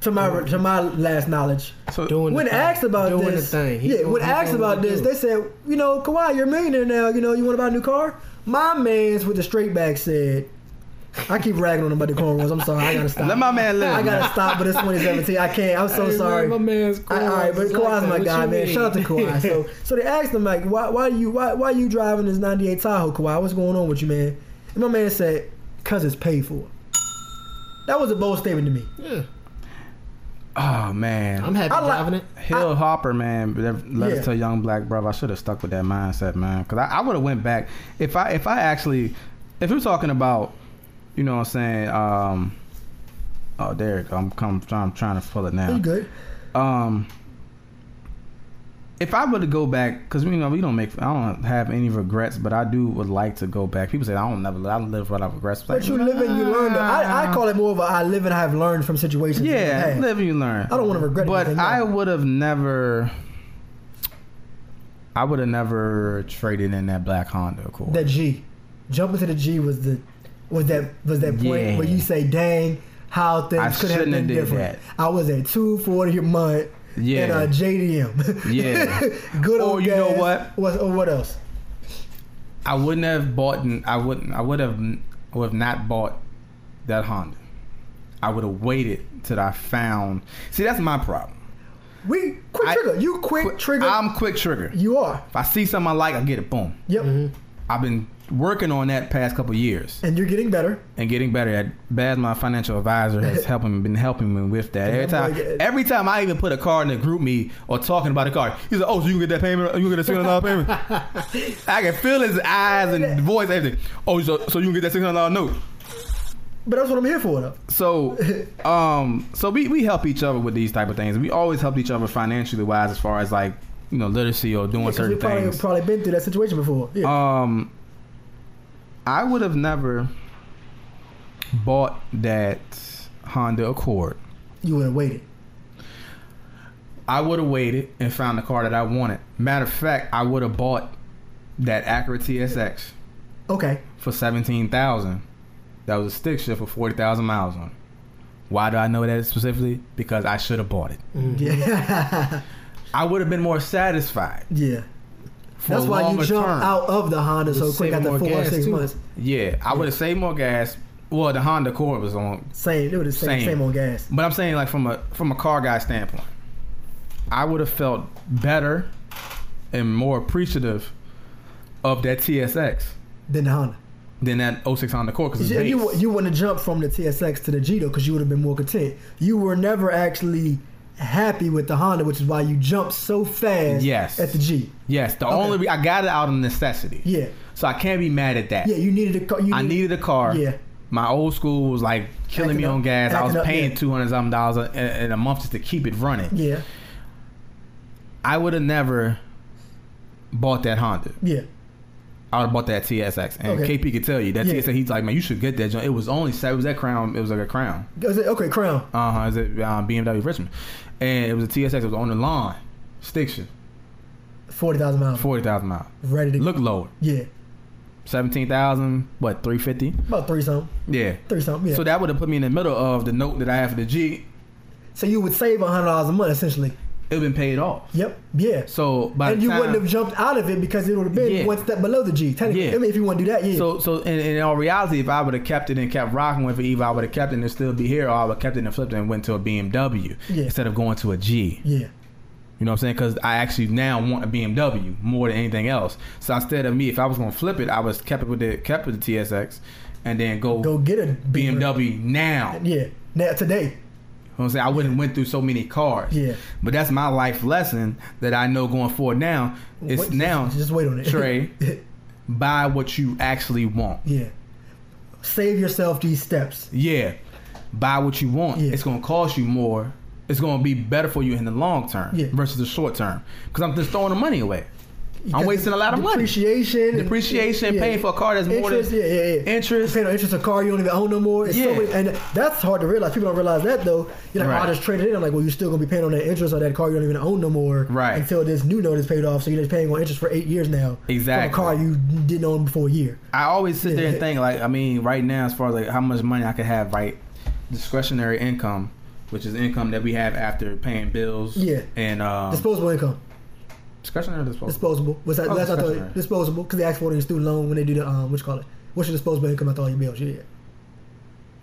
to my to my last knowledge. So Mm-hmm. Doing When the thing. asked about doing this, the thing. He yeah, gonna- when he asked gonna about do this, it. they said, you know, Kawhi, you're a millionaire now. You know, you want to buy a new car? My man's with the straight back said, I keep ragging on him about the cornrows. I'm sorry, I gotta stop. Let my man live. I gotta stop, but it's 2017. I can't. I'm so Hey, man, sorry. My man's I, all right, but It's Kawhi's like my that. What guy, you man. mean? Shout out to Kawhi. so, so they asked him like, why, why do you, why, why you driving this '98 Tahoe, Kawhi? What's going on with you, man? And my man said, "Cause it's paid for." That was a bold statement to me. yeah, Oh man, I'm happy I like- driving it. Hill Hopper, man, that letter Yeah. to young black brother. I should have stuck with that mindset, man, because I, I would have went back if I if I actually if we're talking about, you know, what I'm saying, um, oh, there it go. I'm come I'm trying to pull it now. You good? Um, if I were to go back, because you know we don't make, I don't have any regrets, but I do would like to go back. People say I don't never, I don't live without regrets. Like, But you live and you learn. though. I, I call it more of a I live and I have learned from situations. that I've Yeah, had. live and you learn. I don't want to regret. But anything, no. I would have never. I would have never traded in that black Honda Accord. that G, jumping to the G was the was that was that point Yeah. where you say, "Dang, how things I could have shouldn't been have did different." I was at two forty a month. uh, Yeah. In a JDM. Yeah. Good Or old you know gas. what? What? Or what else? I wouldn't have bought. n- I wouldn't. I would have. n- Would have not bought that Honda. I would have waited till I found. See, that's my problem. We quick I- trigger. You quick, Quick- trigger. I'm quick trigger. you are. If I see something I like, I get it. Boom. Yep. Mm-hmm. I've been working on that past couple years And you're getting better. and getting better at. Baz, my financial advisor, has helping been helping me with that. Every I'm like, time, uh, every time I even put a car in the group me or talking about a car, he's like, "Oh, so you can get that payment? You can get a six hundred dollar payment?" I can feel his eyes and voice, everything. Oh, so, so you can get that six hundred dollar note? But that's what I'm here for, though. So, um, so we, we help each other with these type of things. We always helped each other financially wise, as far as like you know literacy or doing Because certain we've probably, things. probably been through that situation before. Yeah. Um, I would have never bought that Honda Accord. you would have waited. I would have waited and found the car that I wanted. Matter of fact, I would have bought that Acura TSX Okay. for seventeen thousand. That was a stick shift with forty thousand miles on it. Why do I know that specifically? Because I should have bought it. Mm-hmm. Yeah. I would have been more satisfied. yeah. For That's why you longer jump term. out of the Honda so Just quick saving after more four or gas, six too. months. Yeah, I would have saved more gas. Well, the Honda Accord was on Same. It would have same, Same. same on gas. But I'm saying like from a from a car guy standpoint, I would have felt better and more appreciative of that TSX Than the Honda. than that 06 Honda Accord because You, you, you wouldn't have jumped from the TSX to the G though, because you would have been more content. You were never actually happy with the Honda, which is why you jumped so fast. Yes. At the G. yes, the Okay. only re- I got it out of necessity. Yeah. So I can't be mad at that. Yeah. You needed a car. You I needed a car. Yeah. My old school was like killing Acting me up. on gas. I was Acting up, paying yeah. two hundred something dollars in- in a month just to keep it running. Yeah. I would have never bought that Honda. Yeah. I would have bought that TSX, and Okay. KP could tell you that Yeah. TSX. He's like, man, you should get that. joint. It was only seven. It was that crown. It was like a crown. Was it- Okay. Crown. Uh huh. Is it um, BMW Richmond? And it was a TSX. It was on the lawn, stick shift, Forty thousand miles. forty thousand miles. Ready to Look lower, Yeah. seventeen thousand. What three fifty? About three something. Yeah. Three something. Yeah. So So, that would have put me in the middle of the note that I have for the G. you would save hundred dollars a month essentially. It would been paid off. Yep. Yeah. So by and the you time, wouldn't have jumped out of it because it would have been Yeah. one step below the G. Technically, Yeah. I mean, if you want to do that, yeah. So, so in, in all reality, if I would have kept it and kept rocking with it, either I would have kept it and still be here, or I would have kept it and flipped it and went to a BMW Yeah. instead of going to a G. yeah. You know what I'm saying? Because I actually now want a BMW more than anything else. So instead of me, if I was going to flip it, I was kept it with the kept with the TSX, and then go, Go get a Beamer. BMW now. You know Yeah. Now today. what I'm saying? I wouldn't went through so many cars. Yeah. But that's my life lesson that I know going forward. Now it's Wait, now Just wait on it. Trey. buy what you actually want. yeah. Save yourself these steps. Yeah, buy what you want. Yeah. It's going to cost you more. It's going to be better for you in the long term Yeah. versus the short term. Because I'm just throwing the money away. I'm Because wasting a lot of money. Depreciation. and- depreciation, paying for a car that's more interest. than Yeah, yeah, yeah. interest. Paying on interest of a car you don't even own no more. It's so Yeah. many- and that's hard to realize. People don't realize that though. You're like, oh, Right. I just traded it. I'm like, well, you're still gonna be paying on that interest on that car you don't even own no more. Right. Until this new note is paid off, so you're just paying on interest for eight years now. Exactly. From a car you didn't own before a year. I always sit there and Yeah. think like, I mean, right now as far as like how much money I could have, right, discretionary income which is income that we have after paying bills. Yeah. And um, Disposable income. discretionary or disposable. Disposable. What's that? Oh, that's what I thought- discretionary. disposable because they ask for it in your student loan when they do the um, what you call it? What's your disposable income after all your bills? Yeah,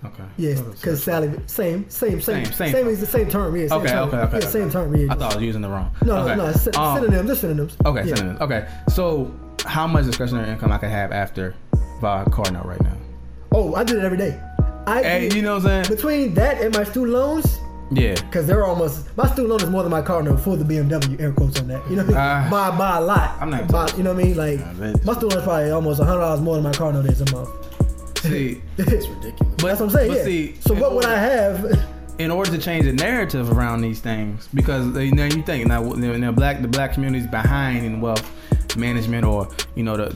okay. yeah. Oh, Because salary, same, same, same, Same, same. same is the same term. Yeah, same Okay, term. okay, okay, yeah, same okay. term. Yeah. I thought I was using the wrong. No, okay. no, no. Sy- Um, synonyms. They're synonyms. Okay, Yeah. synonyms. Okay. So, how much discretionary income I can have after by car note right now? Oh, I did it every day. I Hey, did- you know what I'm saying? between that and my student loans, Yeah. because they're almost my student loan is more than my car note for the BMW. Air quotes on that. You know, what I mean? Ah. by by a lot. I'm not- By, you know what I mean? Like that- my student loan is probably almost hundred dollars more than my car note is a month. See, It's ridiculous. but, That's what I'm saying. But yeah. see, so in what would order- I have? in order to change the narrative around these things because they, now you think now, now now black the black community's behind in wealth management or you know the,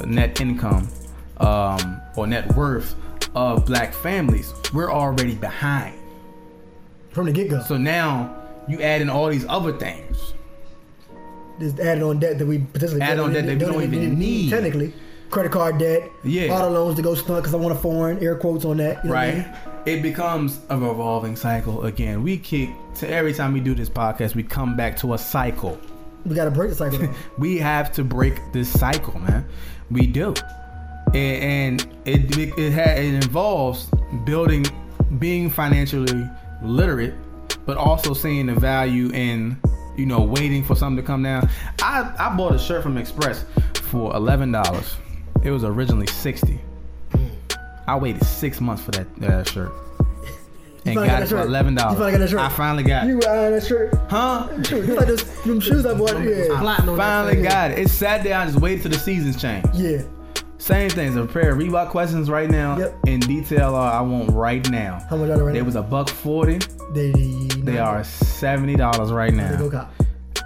the net income um, or net worth of black families we're already behind From the get go, so now you add in all these other things just added on debt that we potentially Add don't on even- debt that we don't even need. Technically, credit card debt, Yeah. auto loans to go stunt because I want a foreign. Air quotes on that, you know what I right mean? it becomes a revolving cycle again we kick to every time we do this podcast we come back to a cycle We got to break the cycle. though. we have to break this cycle, man. We do, and, and it it it, ha- it involves building, being financially literate, but also seeing the value in you know waiting for something to come down. I I bought a shirt from Express for eleven dollars. It was originally sixty. I waited six months for that, that shirt. And finally got got it that for shirt. eleven dollars. You finally got that shirt. I finally got it. You eyeing that shirt? huh? Shoot, you like those them shoes I bought? Yeah, Plotting on that Finally thing. got it. It sat there. I just waited till the seasons change. yeah. Same things. I'm preparing Reebok questions right now Yep. in detail. Are I want right now. How much are they right They now? was a buck forty. They, They are seventy dollars right They go now. cop.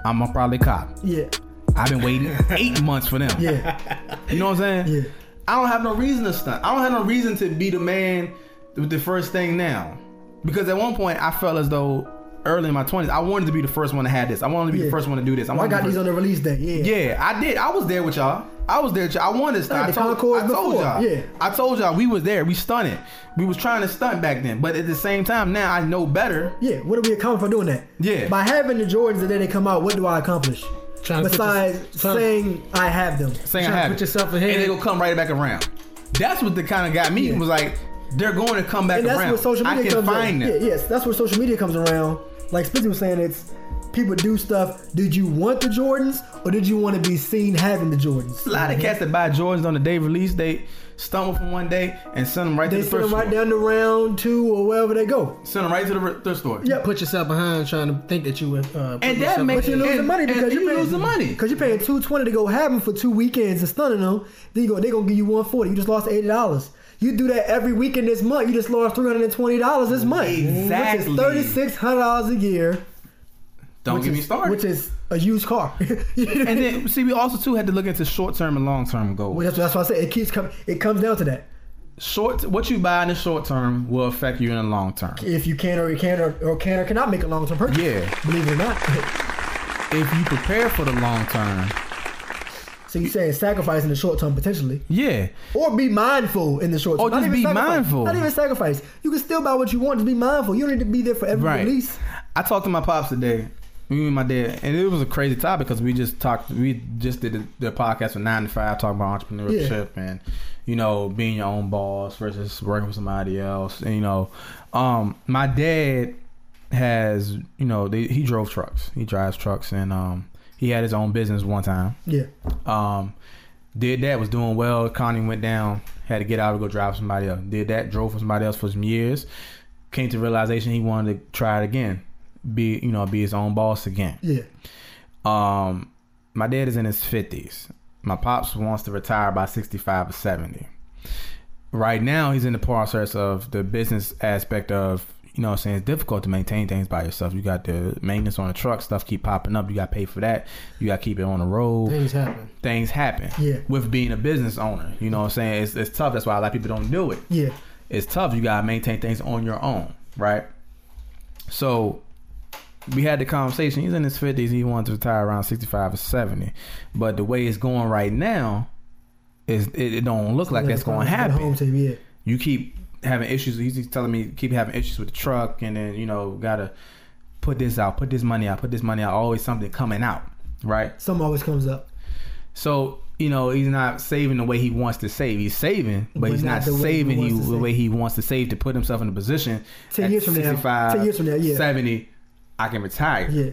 I'm gonna probably cop. Yeah, I've been waiting eight months for them. yeah, You know what I'm saying? yeah. I don't have no reason to stunt. I don't have no reason to be the man with the first thing now. Because at one point I felt as though early in my twenties I wanted to be the first one to have this. I wanted to be Yeah. the first one to do this. I, Oh, I wanted to got be these the on the release day. Yeah. Yeah, I did. I was there with y'all. I was there. With y'all. I wanted to I stunt. I, had the told, Concord I told before, y'all. yeah. I told y'all we was there. We stunted. We was trying to stunt back then. But at the same time, now I know better. Yeah, what do we accomplish for doing that? Yeah. By having the Jordans the day they come out, what do I accomplish? Trying to put Besides this- trying- saying I have them. Saying Trying to I have put it. yourself ahead. and they gonna come right back around. That's what the kind of got me Yeah. was like. They're going to come back And that's around. where social media I can comes find around. them. Yeah, yes, that's where social media comes around. Like Spitzy was saying, it's people do stuff. Did you want the Jordans or did you want to be seen having the Jordans? A lot of cats that buy Jordans on the day release date stumble from one day and send them right They to the send thrift them store. right down to round two or wherever they go. Send them right to the r- thrift store. Yeah. Put yourself behind trying to think that you. Uh, put And that yourself makes ahead. But you're losing And- money and because you you're paying losing money. because you're paying two twenty to go have them for two weekends and stunning them. Then you go, they gonna give you one forty. You just lost eighty dollars. You do that every weekend this month. You just lost three hundred and twenty dollars this month, which Exactly. is thirty six hundred dollars a year. Don't which get is, me started. Which is a used car. and then see, we also too had to look into short term and long term goals. well, that's, that's why I said it keeps coming. It comes down to that. short what you buy in the short term will affect you in the long term. If you can or you can or, or can or cannot make a long term purchase. Yeah. Believe it or not. If you prepare for the long term, so you're saying sacrificing the short term potentially. yeah, Or be mindful in the short term. Or just even be sacrifice. mindful. Not even sacrifice. You can still buy what you want. Just be mindful. You don't need to be there for every right. release. I talked to my pops today, me and my dad, and it was a crazy topic because we just talked, we just did the, the podcast from nine to five talking about entrepreneurship and you know being your own boss versus working for somebody else. And, you know, um, my dad has you know they, he drove trucks, he drives trucks, and um, he had his own business one time. Yeah. Um, did that was doing well. Connie went down, had to get out to go drive for somebody else. Did that, drove for somebody else for some years. Came to the realization he wanted to try it again, be you know be his own boss again. Yeah. Um, my dad is in his fifties. My pops wants to retire by sixty five or seventy. Right now, he's in the process of the business aspect of you know what I'm saying it's difficult to maintain things by yourself. You got the maintenance on the truck stuff keep popping up. You got to pay for that. You got to keep it on the road Things happen. things happen Yeah. with being a business owner. You know what I'm saying? It's, it's tough. That's why a lot of people don't do it. Yeah. It's tough. You got to maintain things on your own, right? So we had the conversation. He's in his 50s. He wanted to retire around 65 or 70. But the way it's going right now, is it, it don't look like that's going to At the Home happen. team, yeah. You keep having issues. He's telling me keep having issues with the truck, and then you know gotta put this out, put this money out, put this money out. Always something coming out, right? Something always comes up. So you know he's not saving the way he wants to save. He's saving, but, But he's not, not the way he saving wants you to the save. way he wants to save to put himself in a position. Ten at years from now. 65, Ten years from now, yeah. seventy, I can retire. Yeah.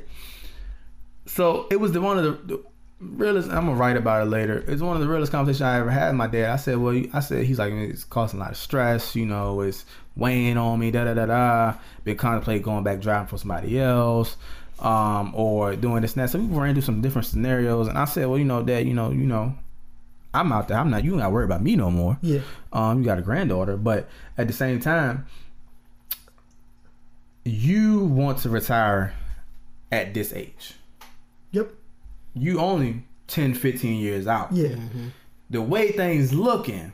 So it was the one of the, the realest. I'm gonna write about it later. It's one of the realest conversations I ever had with my dad. I said, "Well, you- I said he's like it's causing a lot of stress. You know, it's weighing on me. Da da da da. Been contemplating going back driving for somebody else." Um, or doing this and that. So we ran through some different scenarios, and I said, "Well, you know, Dad, you know, you know, I'm out there. I'm not. You ain't got to worry about me no more. Yeah. Um, you got a granddaughter, but at the same time, you want to retire at this age Yep. you only 10 15 years out Yeah. Mm-hmm. the way things looking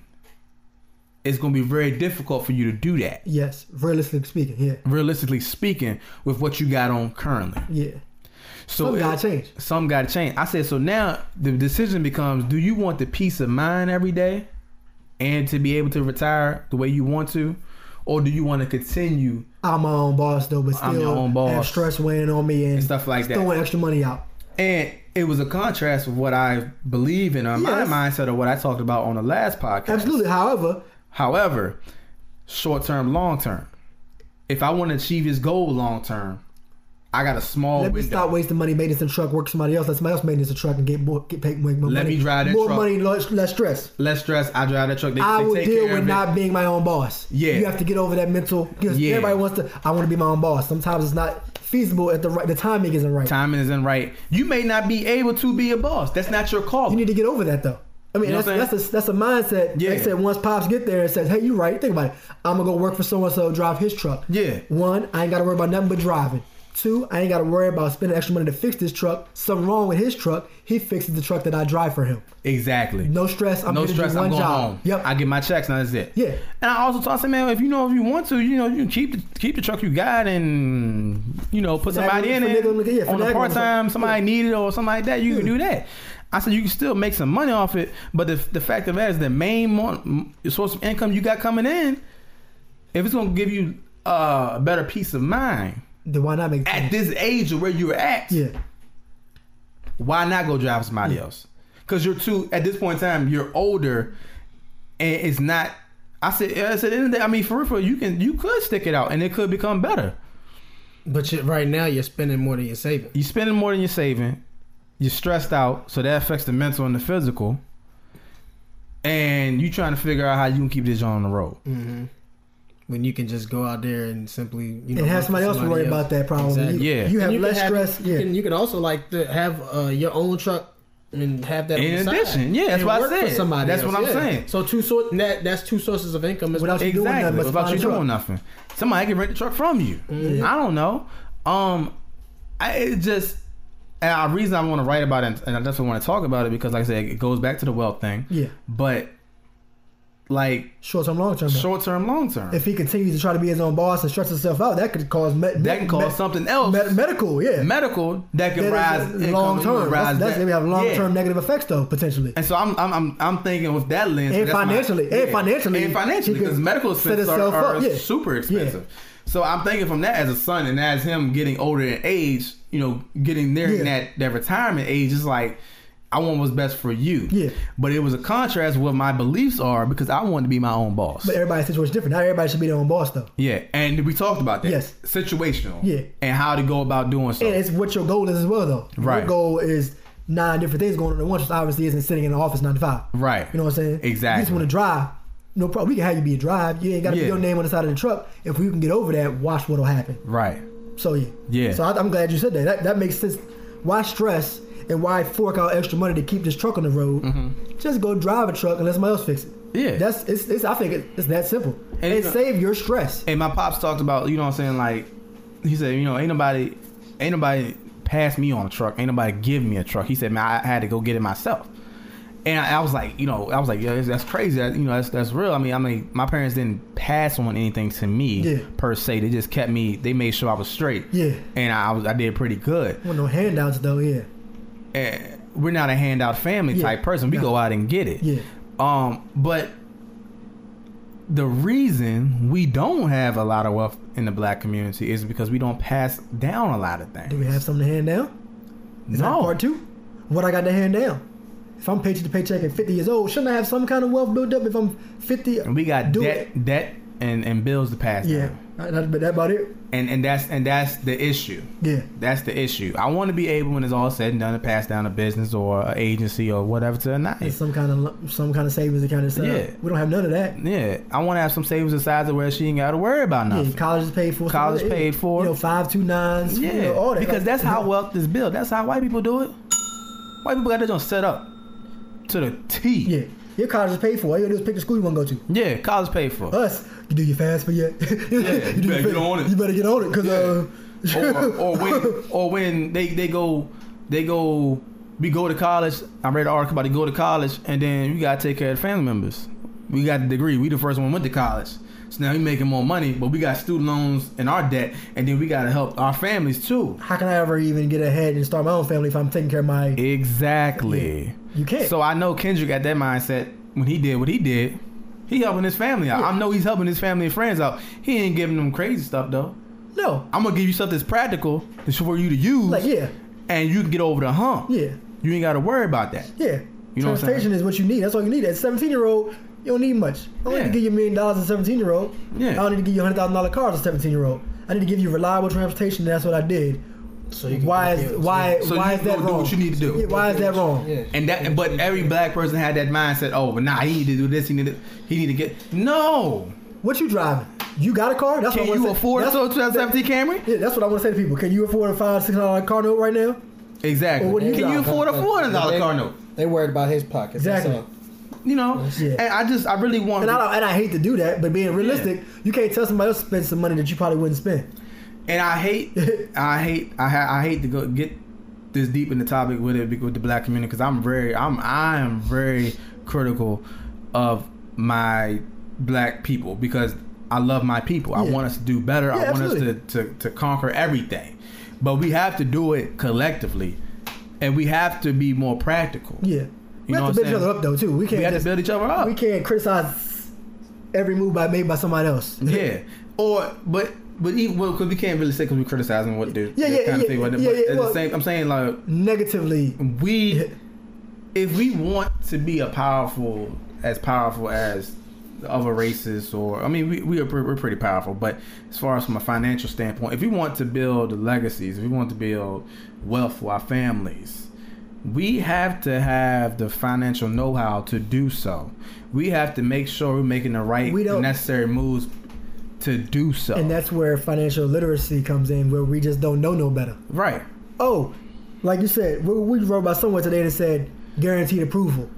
it's going to be very difficult for you to do that Yes. Realistically speaking. Yeah. realistically speaking with what you got on currently Yeah. so Something it- gotta change. some got to change i said so now the decision becomes do you want the peace of mind every day and to be able to retire the way you want to or do you want to continue I'm my own boss though, but still I'm your own boss. have stress weighing on me and, and stuff like that throwing extra money out. And it was a contrast with what I believe in, or Yes. my mindset, or what I talked about on the last podcast. Absolutely. However, However, short term, long term. If I want to achieve this goal long term, I got a small let me Oh, window. stop wasting money maintenance and truck. Work somebody else. Let somebody else maintenance a truck and get more, get paid more money. Let me drive that more truck. money, less, less stress. Less stress. I drive that truck. They, I they will take deal care with of not it. being my own boss. Yeah. you have to get over that mental. Because Yeah. everybody wants to. I want to be my own boss. Sometimes it's not feasible at the right. The timing isn't right. Timing isn't right. You may not be able to be a boss. That's not your call. You need to get over that though. I mean, You know what I'm that's that's a, that's a mindset. Yeah. They said once pops get there and says, "Hey, you right? Think about it. I'm gonna go work for so and so, drive his truck. Yeah. One, I ain't gotta worry about nothing but driving. Two, I ain't gotta worry about spending extra money to fix this truck. Something wrong with his truck. He fixes the truck that I drive for him. exactly. No stress. I'm no gonna stress. Do one I'm going job. home. Yep. I get my checks. Now that's it. Yeah. And I also taught some man, if you know if you want to, you know you can keep the, keep the truck you got and you know put Finagle- somebody in it finagle- yeah, on a finagle part time. them. Somebody needed or something like that. You can do that. I said you can still make some money off it, but the the fact of that is the main mon- source of income you got coming in, if it's gonna give you uh, a better peace of mind then why not make? at this age of where you're at, yeah. why not go drive somebody else? Because you're too at this point in time, you're older, and it's not. I said, I said, isn't that, I mean, for real, for real, you can, you could stick it out, and it could become better. But you, right now you're spending more than you're saving. You're spending more than you're saving. You're stressed out, so that affects the mental and the physical. And you trying to figure out how you can keep this on the road. hmm When you can just go out there and simply, you And know, work have for somebody else worry about that problem. Exactly. You, Yeah. You And have you can less stress. You yeah. can, you can also like the, have uh, your own truck and have that. In on the side. addition, yeah, that's And what I work for said. somebody That's else, what I'm yeah. saying. So two sort that that's two sources of income as Without well. you doing Exactly. nothing but Mm-hmm. without you find a doing truck. nothing. Somebody can rent the truck from you. I don't know. Um, I it just and the reason I want to write about it and I definitely want to talk about it because, like I said, it goes back to the wealth thing. Yeah. But like Short term, long term. short term, long term, If he continues to try to be his own boss and stress himself out, that could cause me- that can me- cause me- something else Med- medical, yeah. medical that can rise income, long you term. can That's, rise that's that- gonna have long Yeah. term negative effects though, potentially. And so I'm I'm I'm, I'm thinking with that lens And that's my- financially- and financially, and financially he could because medical set expenses are, himself are up, yeah. super expensive. So I'm thinking from that as a son and as him getting older in age, you know, getting there in Yeah. that that retirement age, it's like I want what's best for you. Yeah. But it was a contrast with what my beliefs are because I wanted to be my own boss. But everybody's situation is different. Not everybody should be their own boss though. yeah, and we talked about that. Yes. Situational. Yeah. And how to go about doing so. And it's what your goal is as well though. Right. Your goal is nine different things going on at once, which obviously isn't sitting in the office nine to five. Right. You know what I'm saying? Exactly. You just want to drive. No problem. We can have you be a drive. You ain't got to Yeah. be your name on the side of the truck. If we can get over that, watch what'll happen. right. So yeah. Yeah. So I, I'm glad you said that. That that makes sense. Why stress and why fork out extra money to keep this truck on the road? Just go drive a truck and let somebody else fix it. Mm-hmm. Yeah. That's it's, it's I think it, it's that simple. And And, it's not- save your stress. and my pops talked about you know what I'm saying like he said you know ain't nobody ain't nobody passed me on a truck ain't nobody give me a truck he said man I had to go get it myself and I, I was like you know I was like yeah that's, that's crazy that, you know that's that's real I mean I mean my parents didn't pass on anything to me Yeah. per se they just kept me they made sure I was straight Yeah. and I, I was I did pretty good Want no handouts though. Yeah. and we're not a handout family Yeah. type person we No. go out and get it Yeah. um but Um, the reason we don't have a lot of wealth in the black community is because we don't pass down a lot of things. Do we have something to hand down? Is that No. part two? What I got to hand down? If I'm paycheck to paycheck at 50 years old, shouldn't I have some kind of wealth built up if I'm 50? And we got Do debt, debt, and, and bills to pass. Yeah, down. that, that, but that about it. and and that's and that's the issue. Yeah, That's the issue. I want to be able, when it's all said and done, to pass down a business or an agency or whatever to a There's nice. some kind of lu- some kind of savings account. Set Yeah. yeah, we don't have none of that. Yeah, I want to have some savings aside to where she ain't got to worry about Yeah, nothing. college is paid for. College some of that, paid for. You know, five two nines. Yeah, you know, all that. because Like, that's how wealth is built. That's how white people do it. White people got their joint set up to the T. Yeah, your college is paid for. All you gotta do is pick the school you wanna go to. Yeah, college paid for. Us, you do your fast for your. you, you do better your get fa- on it. You better get on it, cause or, uh, or when or when they, they go they go we go to college. I read an article about they go to college and then you gotta take care of the family members. We got the degree. We the first one went to college. So now we making more money, but we got student loans and our debt, and then we gotta help our families too. how can I ever even get ahead and start my own family if I'm taking care of my? Exactly. You can't. So I know Kendrick got that mindset when he did what he did. He helping his family out. I know he's helping his family and friends out. He ain't giving them crazy stuff though. no, I'm gonna give you stuff that's practical that's for you to use, like yeah, and you can get over the hump. yeah, You ain't gotta worry about that. yeah. You know what I'm saying? Transportation is what you need. That's all you need. As 17 year old, you don't need much. I don't need Yeah. to give you a million dollars as a 17 year old. Yeah. I don't need to give you hundred thousand dollar cars as a 17 year old. I need to give you reliable transportation. And that's what I did. So you can Why compare it is to- why So why you is that gonna do wrong? what you need to do. Yeah, why is that wrong? Yeah. And that, but every black person had that mindset. Oh, but nah, he need to do this. He need to. He need to get. No. What you driving? You got a car? That's what Can I wanna you say. afford a That's- 2017 Camry? Yeah, that's what I want to say to people. Can you afford a five six dollar car note right now? Exactly. Well, what do you Can you got? afford a four hundred dollar They- car note? They worried about his pockets. Exactly. That's all. You know. Yeah. And I just, I really want. And I don't, and I hate to do that, but being realistic, you can't tell somebody else to spend some money that you probably wouldn't spend. And I hate, I hate, I, ha- I hate to go get this deep in the topic with it with the black community because I'm very, I'm, I am very critical of my black people because I love my people. I Yeah. want us to do better. I Yeah, want absolutely. us to, to to conquer everything, but we have to do it collectively, and we have to be more practical. Yeah, we have know what to I'm build each saying? other up though too. We We can't have to just, build each other up. we can't criticize every move by made by somebody else. Yeah, or but but even well, cause we can't really say because we criticizing what they Yeah, they yeah, kind yeah, of thing. What they, yeah, but yeah, at the well- same, I'm saying like Negatively, we if we want to be a powerful as powerful as the other races or i mean we, we are pre- we're pretty powerful but as far as from a financial standpoint if we want to build legacies if we want to build wealth for our families we have to have the financial know-how to do so we have to make sure we're making the right We don't- necessary moves to do so and that's where financial literacy comes in, where we just don't know no better. right Oh, like you said, we, we wrote about someone today that said guaranteed approval.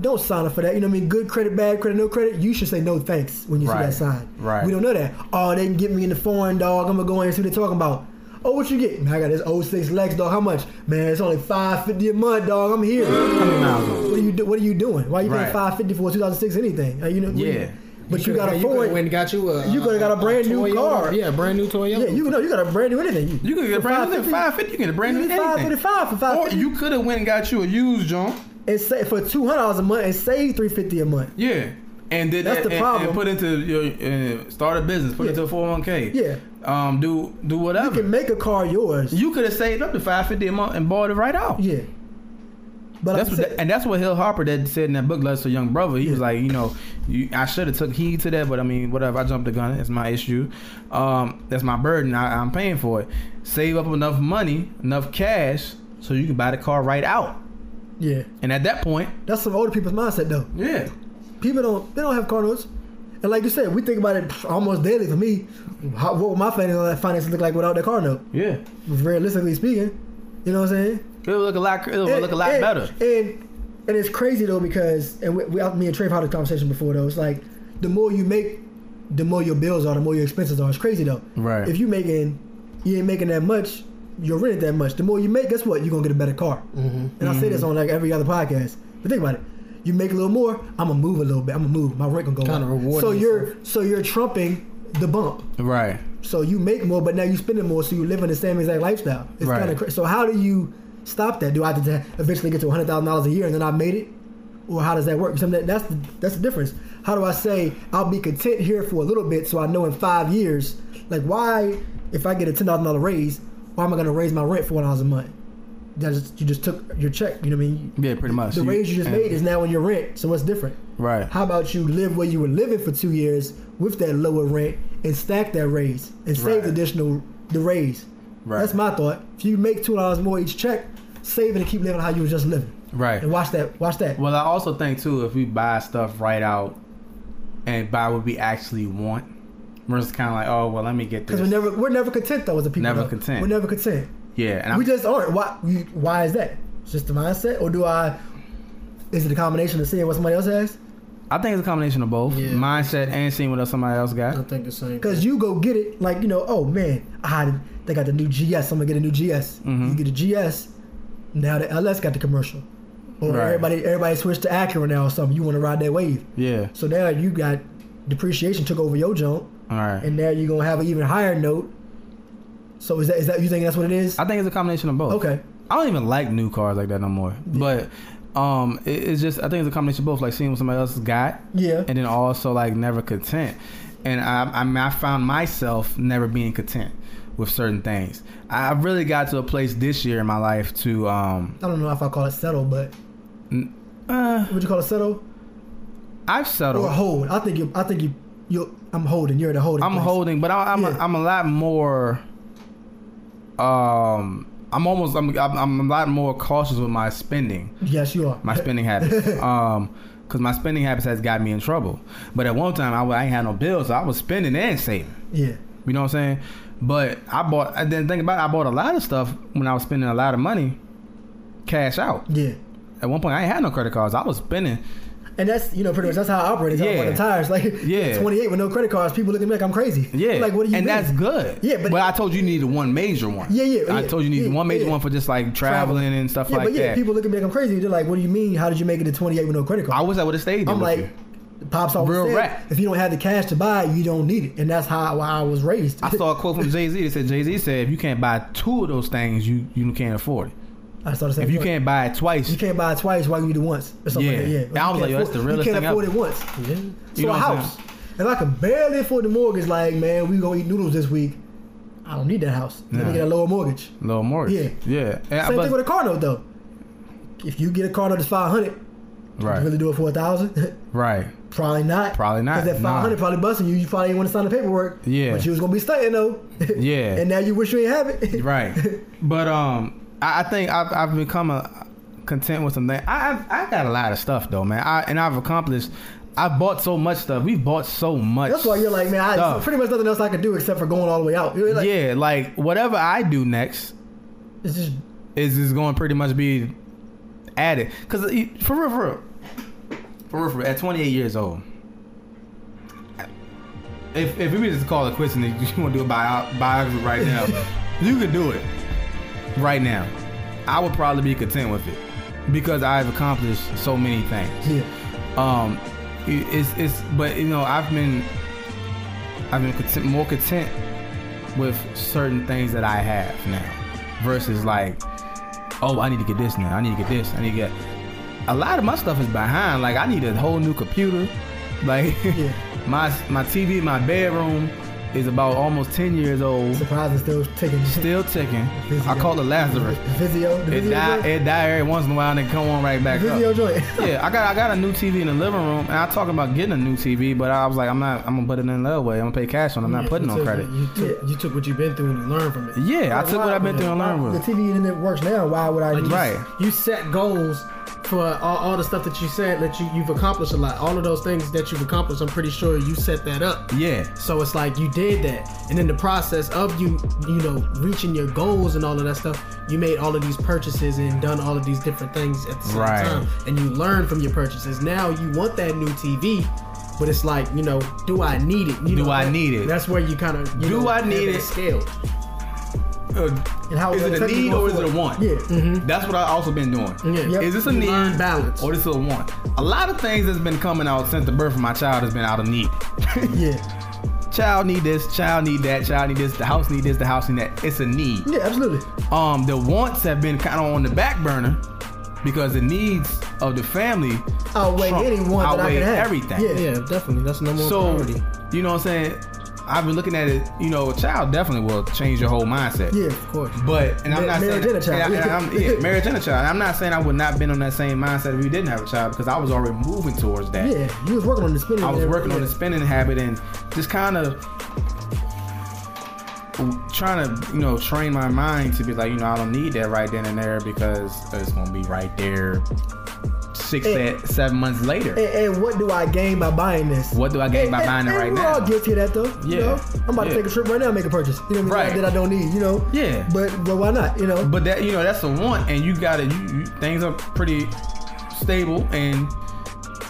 Don't sign up for that. You know what I mean? Good credit, bad credit, no credit. You should say no thanks when you Right. see that sign. Right. We don't know that. Oh, they can get me in the foreign dog. I'm gonna go in and see what they're talking about. Oh, what you get? Man, I got this 06 Lex dog. How much? Man, it's only five fifty a month, dog. I'm here. miles over? What are you do- What are you doing? Why are you Right. paying five fifty for a 2006 anything? Uh, you know? what I mean? Yeah. But you, got a you coulda foreign. went and got you a. you coulda got a brand new Toyota. car. Yeah, brand new Toyota. Yeah, you know you got a brand new anything. you could get a for brand new 550 550 you can get a brand new you get anything. 555 for or 550. you could have went and got you a used joint and save for two hundred dollars a month and save three fifty a month. Yeah, and did That's that, the and- problem. And put into your uh, start a business, put Yeah. into a four hundred one k. Yeah. um, do do You whatever. can make a car yours. You could have saved up the five fifty a month and bought it right out. yeah. But That's I'm what saying- that, and that's what Hill Harper that said in that book, Lust for Young Brother. He was Yeah. like, you know, you, I should have took heed to that, but I mean, whatever. I jumped the gun. That's my issue. Um, that's my burden. I, I'm paying for it. Save up enough money, enough cash, so you can buy the car right out. yeah. And at that point, That's some older people's mindset though. yeah, People don't they don't have car notes. And like you said, we think about it pff, almost daily for me. How, what would my finances, finances look like without that car note? yeah, Realistically speaking. You know what I'm saying? it'll look a lot. It'll And- look a lot and- better. And and it's crazy though because and we, we me and Trey had a conversation before though. It's like the more you make, the more your bills are, the more your expenses are. It's crazy though. Right. If you making, you ain't making that much. You're renting that much. The more you make, guess what? You're gonna get a better car. Mm-hmm. And I say this on like every other podcast. But think about it. You make a little more. I'm gonna move a little bit. I'm gonna move. My rent gonna go Kinda up. rewarding So you're so you're trumping the bump. Right. So you make more, but now you spending more, so you living the same exact lifestyle. It's Right. kind of crazy. So how do you stop that? Do I have to eventually get to hundred thousand dollars a year and then I made it, Well, how does that work? So that, that's the, that's the difference. How do I say I'll be content here for a little bit so I know in five years, like why if I get a ten thousand dollar raise, why am I going to raise my rent for one dollars a month? That just, you just took your check. You know what I mean? Yeah, pretty much. The raise you just and- made is now in your rent, so what's different? Right. How about you live where you were living for two years with that lower rent and stack that raise and save Right. the additional the raise? Right. That's my thought. If you make two dollars more each check, save it and keep living how you were just living. Right. And watch that. Watch that. Well, I also think too, if we buy stuff right out and buy what we actually want, we're just kind of like, oh well, let me get this. Because we're never we're never content though as a people. Never though. content. We're never content. yeah, and I'm, we just aren't. Why? We, why is that? It's just the mindset, or do I? Is it a combination of seeing what somebody else has? I think it's a combination of both Yeah. mindset and seeing what else somebody else I got. think the same. Because you go get it, like you know, oh man, I they got the new GS. I'm gonna get a new GS. Mhm. You get a GS. Now the LS got the commercial, or Right. everybody everybody switched to Acura now or something. You want to ride that wave, Yeah. so now you got depreciation took over your junk, All right. and now you're gonna have an even higher note. So is that is that you think that's what it is? I think it's a combination of both. okay, I don't even like new cars like that no more. But um, it, it's just I think it's a combination of both, like seeing what somebody else has got, yeah, and then also like never content. And I, I, mean, I found myself never being content with certain things. I really got to a place this year in my life to um, I don't know if I call it settle, but uh, would you call it settle I've or settled. hold? I think you. I think you. You. I'm holding. You're at a holding. I'm place. holding, but I, I'm a, Yeah. I'm a lot more. Um, I'm almost I'm, I'm I'm a lot more cautious with my spending. Yes, you are. my spending habits. Um, because my spending habits has got me in trouble. But at one time, I, wa- I ain't had no bills, so I was spending and saving. yeah. You know what I'm saying? But I bought. I didn't think about. It, I bought a lot of stuff when I was spending a lot of money, cash out. Yeah. At one point, I ain't had no credit cards. I was spending. And that's you know pretty much that's how I operate. It's Yeah. yeah. the tires. Like Yeah. 28 with no credit cards, people look at me like I'm crazy. Yeah, Like what do you and mean? that's good. Yeah, but- I told you you needed one major one. Yeah, yeah, I yeah, told you you needed yeah, one major yeah. one for just like Travel. traveling and stuff yeah, like but yeah, that. people look at me like I'm crazy. They're like, what do you mean? How did you make it to 28 with no credit I card? wish I would have stayed. there I'm like, with you. pops always Real said, rap. if you don't have the cash to buy, it, you don't need it, and that's how why I was raised. I saw a quote from Jay Z that said Jay Z said if you can't buy two of those things, you you can't afford it. I started saying If you can't buy it twice, You can't buy it twice. Why you need it once? Or something like that. Yeah. yeah. I You was like, can't yo, that's the afford- realest You thing can't afford ever. it once. Yeah. So You know a what I'm house. If I can barely afford the mortgage, like man, we gonna eat noodles this week. I don't need that house. Let Nah. me get a lower mortgage. Little mortgage. Yeah. Yeah. Yeah. Same but- thing with a car note though. If you get a car note that's five hundred, right. you really do it for a thousand? right. probably not. Probably not, Because that nah. five hundred probably busting you. You probably ain't want to sign the paperwork. Yeah. But you was gonna be stunting though. Yeah. and now you wish you ain't have it. Right. but um, I, I think I've I've become a content with something. I I've, I got a lot of stuff though, man. I and I've accomplished. I've bought so much stuff. We've bought so much. That's why you're like, man, I, Stuff. there's pretty much nothing else I could do except for going all the way out. You're like, yeah, like whatever I do next It's just is is going to pretty much be added. Cause it- for real, for real, for real, for real, at 28 years old. If, if we just call it quits and you want to do a bio, biography right now, you could do it right now. I would probably be content with it because I've accomplished so many things yeah. um it- it's it's but you know i've been i've been content, more content with certain things that i have now versus like oh i need to get this now i need to get this i need to get a lot of my stuff is behind like i need a whole new computer like Yeah. my my tv in my bedroom is about almost 10 years old Surprise is still taking still ticking i Vizio. call it lazarus Vizio. The it Vizio die, joint? it die every once in a while and then come on right back up Vizio joint. yeah, I got I got a new TV in the living room, and I talking about getting a new TV, but I was like, I'm not. I'm gonna put it in the other way. I'm gonna pay cash on. it. I'm not Yeah, putting you on took- credit. You took, you took what you've been through and you learned from it. Yeah, I took what I've been through and learned The with. TV and it works now. Why would I? Like need- you- Right. You set goals for all, all the stuff that you said that you, you've accomplished a lot. All of those things that you've accomplished, I'm pretty sure you set that up. Yeah, So it's like you did that, and in the process of you, you know, reaching your goals and all of that stuff, you made all of these purchases and done all of these different things at the same Right. time, and you learned from your purchases. Now you want that new TV, but it's like you know, do I need it? You Do know, I that- need it? That's where you kind of Do I need it? Scale. Mm-hmm. And how is it a technically need going or is it a forward. want? Yeah. Mm, that's what I also been doing. Yeah. Yep. Is this a You need learn balance. or this a want? A lot of things that's been coming out since the birth of my child has been out of need. Yeah. child need this. Child need that. Child need this. The house need this. The house need that. It's a need. Yeah. Absolutely. Um, the wants have been kind of on the back burner because the needs of the family Outweigh trump- anyone that I outweigh can have. everything. Yeah. Yeah, definitely. That's number one So priority. you know what I'm saying? I've been looking at it. You know, a child definitely will change your whole mindset. Yeah, of course. But and I'm Ma- not marriage saying and a child. and I- and I'm- yeah, marriage and a child. I'm not saying I would not been on that same mindset if we didn't have a child because I was already moving towards that. Yeah, you was working on the spinning. I was there. working on Yeah. the spending habit and just kind of trying to, you know, train my mind to be like, you know, I don't need that right then and there because it's gonna be right there six, Eh. at, seven months later. And, and what do I gain by buying this? What do I gain And- by and- buying it and right we're now? all guilty of that though. you Yeah. know? I'm about Yeah. to take a trip right now, and make a purchase. You know what I mean? Right. That I don't need. You know. Yeah. But but why not? You know. But that you know that's the one, and you gotta you, you things are pretty stable, and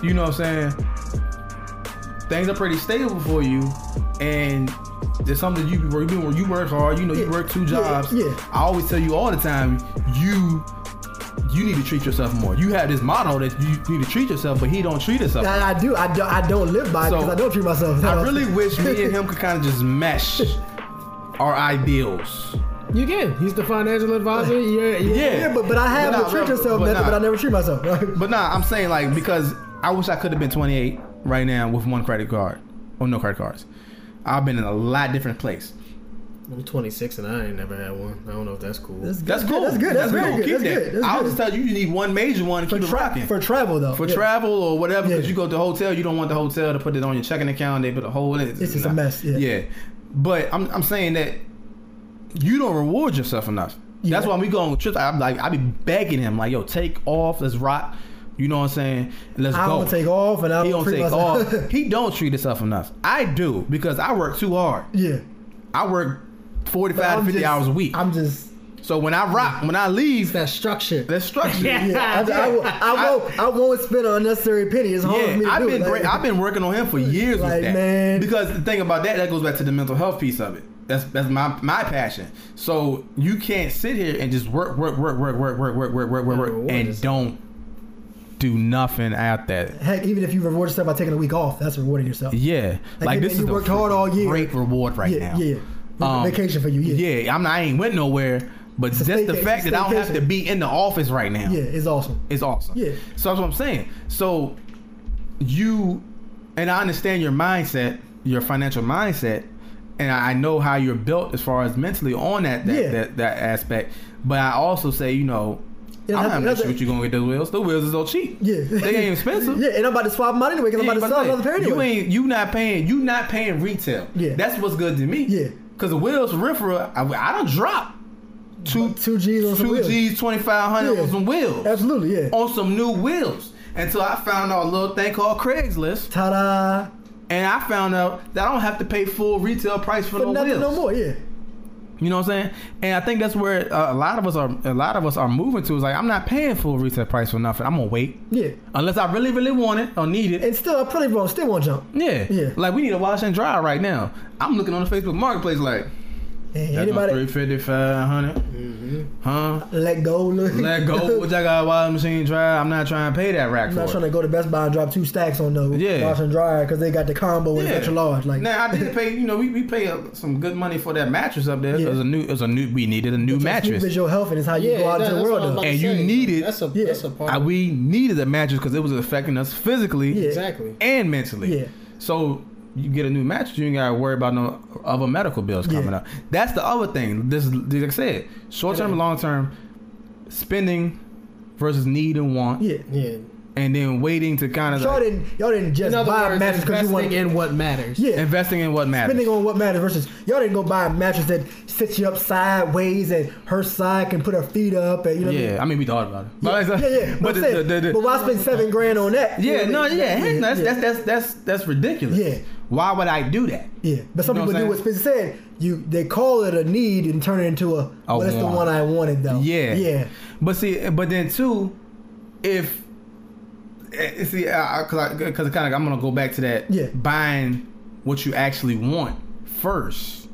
you know what I'm saying things are pretty stable for you, and there's something you you work- you work hard. You know you Yeah, work two yeah, jobs. yeah. I always tell you all the time, you you need to treat yourself more. You have this motto that you need to treat yourself, but he don't treat himself. I, I do. I don't. I don't live by it So, because I don't treat myself. I really wish me and him could kind of just mesh our ideals. You can. He's the financial advisor. Yeah, Yeah. Yeah, but, but I have But to nah, treat bro, myself but method, nah. but I never treat myself. But nah, I'm saying like because I wish I could have been 28 right now with one credit card or no credit cards. I've been in a lot different place. I'm 26 and I ain't never had one. I don't know if that's cool. That's cool. That's good. That's, very cool. good. Keep That's that. good. That's I good. was just telling you, you need one major one to for, keep it tra- rocking for for, travel though. yeah. travel or whatever. Because Yeah. you go to the hotel, you don't want the hotel to put it on your checking account. They put a whole. It's just a mess, yeah. yeah. But I'm I'm saying that you don't reward yourself enough. That's Yeah. why we go on trips. I'm like I be begging him like, yo, take off. Let's rock. You know what I'm saying? And let's I go. don't take off and I don't, He don't treat take myself. off. He don't treat himself enough. I do because I work too hard. yeah. I work 45 I'm to 50 just- hours a week. I'm just. so when I rock, when I leave, that structure. that's structure. yeah, Yeah, I, I, won't- I won't. I won't spend an unnecessary penny. It's hard for me to I've do. been it. bra- Like, I've been working on him for years with Like, that. man. Because the thing about that, that goes back to the mental health piece of it. That's that's my my passion. So you can't sit here and just work work work work work work work work work work work reward and yourself. don't do nothing at that. heck, even if you reward yourself by taking a week off, that's rewarding yourself. Yeah, like, Like, you- this you is a worked hard all year. Great reward right yeah, now. yeah. Um, vacation for you. Yeah, Yeah, I'm not, I ain't went nowhere, but a just the staycation, fact that I don't have to staycation. be in the office right now yeah, it's awesome. is awesome. Yeah. So that's what I'm saying. So you, and I understand your mindset, your financial mindset, and I I know how you're built as far as mentally on that that, Yeah. that, that aspect. But I also say, you know, Yeah, I'm that- not gonna that- shoot you gonna get those wheels. The wheels is so cheap. Yeah, They ain't expensive. yeah, and I'm about to swap them out anyway because I'm Yeah, about to but sell I'm another pair saying, anyway. You ain't you not paying you not paying retail. Yeah. that's what's good to me. Yeah. because the wheels riffra, I, I don't drop two Two G's on some two wheels. G's twenty five hundred Yeah. on some wheels Absolutely, yeah. on some new wheels. And so I found out a little thing called Craigslist, Ta-da! and I found out that I don't have to pay full retail price for But no nothing wheels. no more. Yeah, You know what I'm saying? And I think that's where uh, a lot of us are. A lot of us are moving to is like I'm not paying full retail price for nothing. I'm gonna wait yeah. unless I really, really want it or need it. And still, I probably won't. Still won't jump. Yeah. Yeah. Like we need a wash and dry right now. I'm looking on the Facebook marketplace like Hey, that's my anybody Mm-hmm. 350, 500. Huh? let go? Look. Let go. What y'all got a washing machine dry? I'm not trying to pay that rack I'm for not trying it. to go to Best Buy and drop two stacks on those Yeah. wash and dryer because they got the combo and Yeah. extra large. Like Now I did pay, you know, we, we pay uh, some good money for that mattress up there. Yeah. It was a new, it was a new. We needed a new mattress. It's your health and it's how you go out that- into the that's what I was world. about Though. to And you say. need it. That's a Yeah. that's a part. I, we needed a mattress because it was affecting us physically Yeah. exactly. and mentally. Yeah. So you get a new mattress, you ain't gotta worry about no other medical bills Yeah. coming up. That's the other thing. This, like I said, short term, and long term, spending versus need and want, Yeah. Yeah. and then waiting to kind of Y'all like, didn't y'all didn't In just other buy a words, mattress because investing you want in what matters. yeah. investing in what matters. Depending on what matters versus y'all didn't go buy a mattress that sits you up sideways and her side can put her feet up and you know yeah, I mean we thought about it, but what I it's- mean? yeah, yeah. But, I'm but the- saying, the- the- but why spend seven grand on that? You Yeah, know no, what I mean? yeah, heck no, that's, yeah. that's that's that's that's ridiculous. Yeah. Why would I do that? Yeah. But some You know people what I'm do what Spencer said. You they call it a need and turn it into a, A well that's the want. one I wanted though. Yeah. Yeah. But see, but then too, if eh, see, because because kind of I'm gonna go back to that. Yeah. Buying what you actually want first,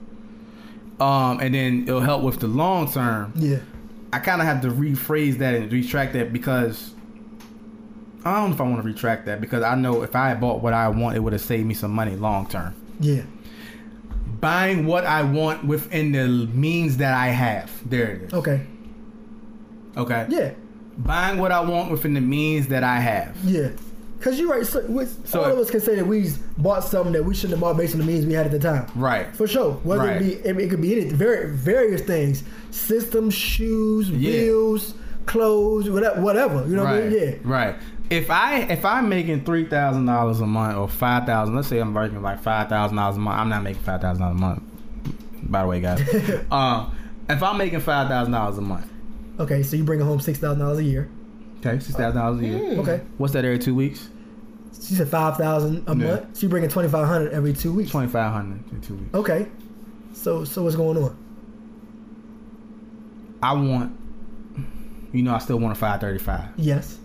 um, and then it'll help with the long term. Yeah. I kind of have to rephrase that and retract that because I don't know if I want to retract that because I know if I had bought what I want, it would have saved me some money long term. Yeah. Buying what I want within the means that I have. There it is. Okay. Okay. Yeah. buying what I want within the means that I have. Yeah. Cause you're right. So, we, So- all of us can say that we bought something that we shouldn't have bought based on the means we had at the time. Right. For sure. Whether Right. it be, I mean, it could be any very various things, systems, shoes, Yeah. wheels, clothes, whatever. Whatever. You know right. what I mean? Yeah. Right. If I if I'm making three thousand dollars a month or five thousand, let's say I'm working like five thousand dollars a month. I'm not making five thousand dollars a month. By the way, guys. um, if I'm making five thousand dollars a month, Okay. So you bring home six thousand dollars a year. okay, six thousand dollars a year. Mm. Okay. What's that every two weeks? She said five thousand a Yeah. month. She bringing twenty five hundred every two weeks. Twenty five hundred in two weeks. Okay. So so what's going on? I want. You know, I still want a five thirty five. Yes.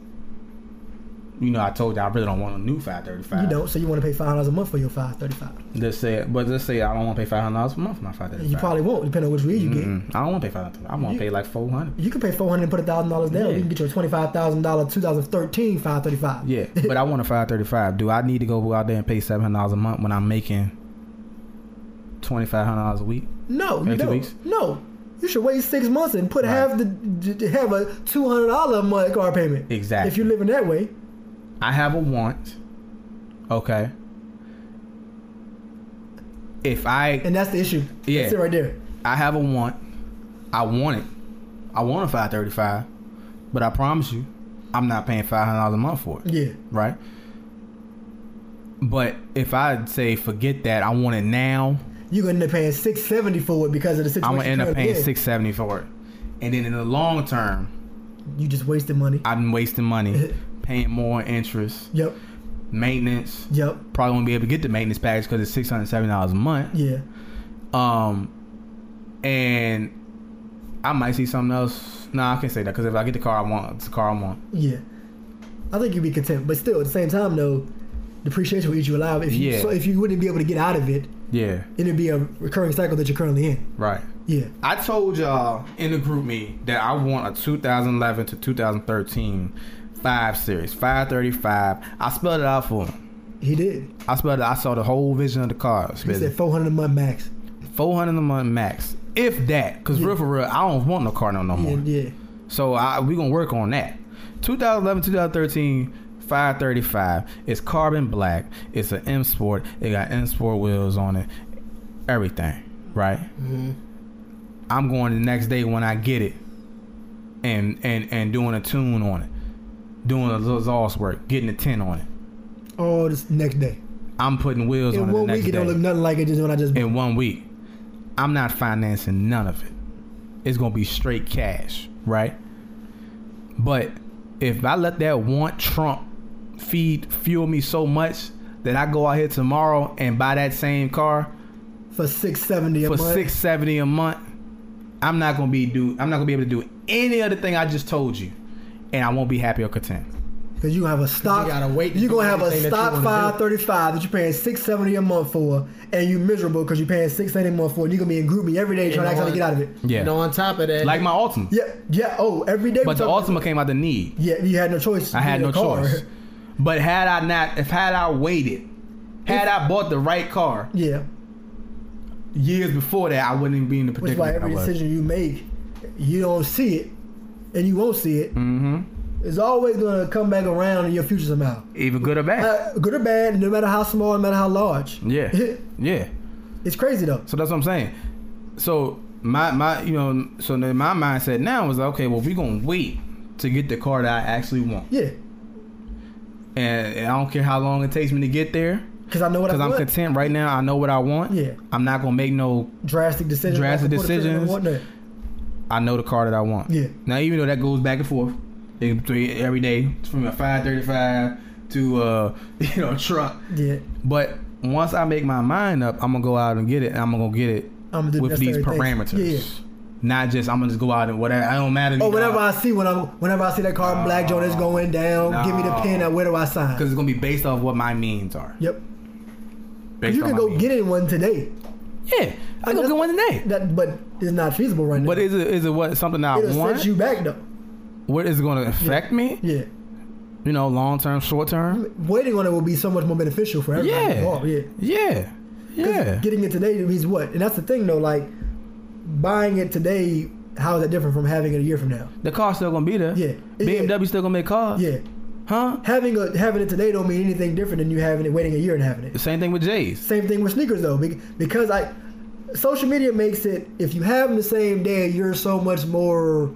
You know, I told you I really don't want a new five thirty five. You don't. So you want to pay five dollars a month for your five thirty five. Let's say, but let's say I don't want to pay five hundred dollars a month for my five thirty five. You probably won't, depending on which wheel you get. Mm-mm. Mm, I don't want to pay five hundred. I You- want to pay like four hundred. You can pay four hundred and put a thousand dollars down. Yeah. You can get your twenty five thousand dollar two thousand thirteen five thirty five. Yeah, but I want a five thirty five. Do I need to go out there and pay seven hundred dollars a month when I'm making twenty five hundred dollars a week? No, you Every two don't. weeks? No, you should wait six months and put Right. half the d- d- have a two hundred dollar a month car payment. Exactly. If you're living that way, I have a want. Okay. If I and that's the issue. Yeah. That's it right there. I have a want, I want it. I want a five thirty five, but I promise you, I'm not paying five hundred dollars a month for it. Yeah. Right. But if I say forget that, I want it now. You're gonna end up paying six seventy for it because of the situation. I'm gonna end you're up currently paying in. six seventy for it, and then in the long term. You just wasted money. I've been wasting money, paying more interest, Yep. maintenance. Yep. Probably won't be able to get the maintenance package because it's six hundred seventy dollars a month. Yeah. Um, and I might see something else. No, I can't say that because if I get the car I want, it's the car I want. Yeah. I think you'd be content, but still at the same time though, depreciation will eat you alive. If you Yeah. so if you wouldn't be able to get out of it, Yeah, it'd be a recurring cycle that you're currently in. right. Yeah. I told y'all in the group me that I want a 2011 to 2013 five series, 535. I spelled it out for him. He did. I spelled it. I saw the whole vision of the car. He said four hundred a month max. Four hundred a month max, if that. Cause real for real, I don't want no car no no more. And yeah. So I, we gonna work on that. 2011, 2013, 535. It's carbon black. It's an M Sport. It got M Sport wheels on it. Everything, right? Mm-hmm. I'm going the next day when I get it, and and and doing a tune on it, doing a little exhaust work, getting a ten on it. All this next day. I'm putting wheels on In it the one next week, it don't day. look nothing like it just when I just. in one week. I'm not financing none of it. It's gonna be straight cash, right? But if I let that want Trump feed fuel me so much that I go out here tomorrow and buy that same car for six seventy a for month. six seventy a month, I'm not gonna be do I'm not gonna be able to do any other thing I just told you. And I won't be happy or content. Because you gonna have a stock. gotta wait to You gonna do have a everything that you stock wanna do. five thirty five that you're paying six seventy a month for, and you miserable because you're paying six seventy a month for, and you are gonna be in groupie every day trying to know actually what? get out of it. Yeah. And on top of that, Like my Ultima. Yeah, yeah. Oh, every day. But we the talk- Ultima came out the need. Yeah, you had no choice. I You had a no car. choice. But had I not, if had I waited, had I bought the right car Yeah, years before that, I wouldn't even be in the which is predicament. why every decision you make, you don't see it, and you won't see it. hmm It's always gonna come back around in your future somehow. Even good or bad. Uh, good or bad, no matter how small, no matter how large. yeah, yeah. it's crazy though. So that's what I'm saying. So my my you know so then my mindset now was like, okay, well we're gonna wait to get the car that I actually want, Yeah, and, and I don't care how long it takes me to get there because I know what I because I'm want. content right now. I know what I want. Yeah. I'm not gonna make no. drastic decisions. Drastic I can put a trigger decisions. on one day. I know the car that I want. Yeah. Now even though that goes back and forth in between every day from a 535 to uh you know truck, Yeah, but once I make my mind up, I'm gonna go out and get it, and I'm gonna get it I'm gonna do with these necessary things. parameters. Yeah, yeah. Not just I'm gonna just go out and whatever. I don't matter. Or Oh, whenever I see when I'm whenever I see that car black Joe that's going down, give me the No. pin. uh, Where do I sign? because it's gonna be based off what my means are. yep, Based you on can my go means. get in one today. Yeah, I go that's- get one today. That but it's not feasible right now. But is it is it what something that I it'll want? set you back though. what is it gonna affect me? Yeah, You know, long term, short term. waiting on it will be so much more beneficial for everybody Yeah. involved. Yeah, 'Cause Yeah, yeah. Getting it today means what? And that's the thing though, like buying it today How is that different from having it a year from now? The car's still gonna be there. Yeah. BMW still gonna make cars. Yeah, Huh? having a having it today don't mean anything different than you having it waiting a year and having it. The same thing with J's. Same thing with sneakers though, be- because I social media makes it if you have them the same day, you're so much more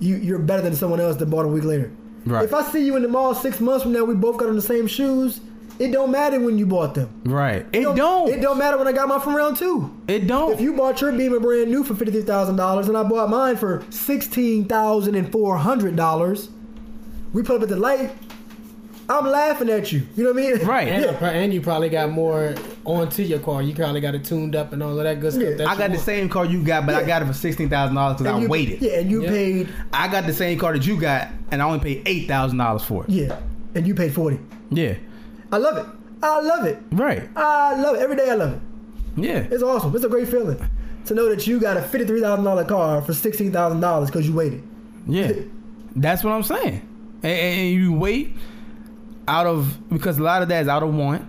you you're better than someone else that bought a week later. Right. If I see you in the mall six months from now, we both got on the same shoes. It don't matter when you bought them. Right. It don't. It don't matter when I got mine from round two. It don't. If you bought your Beamer brand new for fifty three thousand dollars, and I bought mine for sixteen thousand and four hundred dollars, we put up at the light. I'm laughing at you. You know what I mean? Right. And, and you probably got more onto your car. You probably got it tuned up and all of that good stuff. Yeah. that I you got the want. same car you got, but I Yeah. got it for sixteen thousand dollars because And I you, waited. Yeah, and you Yeah. paid. I got the same car that you got, and I only paid eight thousand dollars for it. Yeah, and you paid forty. Yeah. I love it. I love it. Right. I love it. Every day I love it. Yeah. It's awesome. It's a great feeling to know that you got a fifty three thousand dollar car for sixteen thousand dollars because you waited. Yeah. That's what I'm saying. And, and and you wait out of because a lot of that is out of want,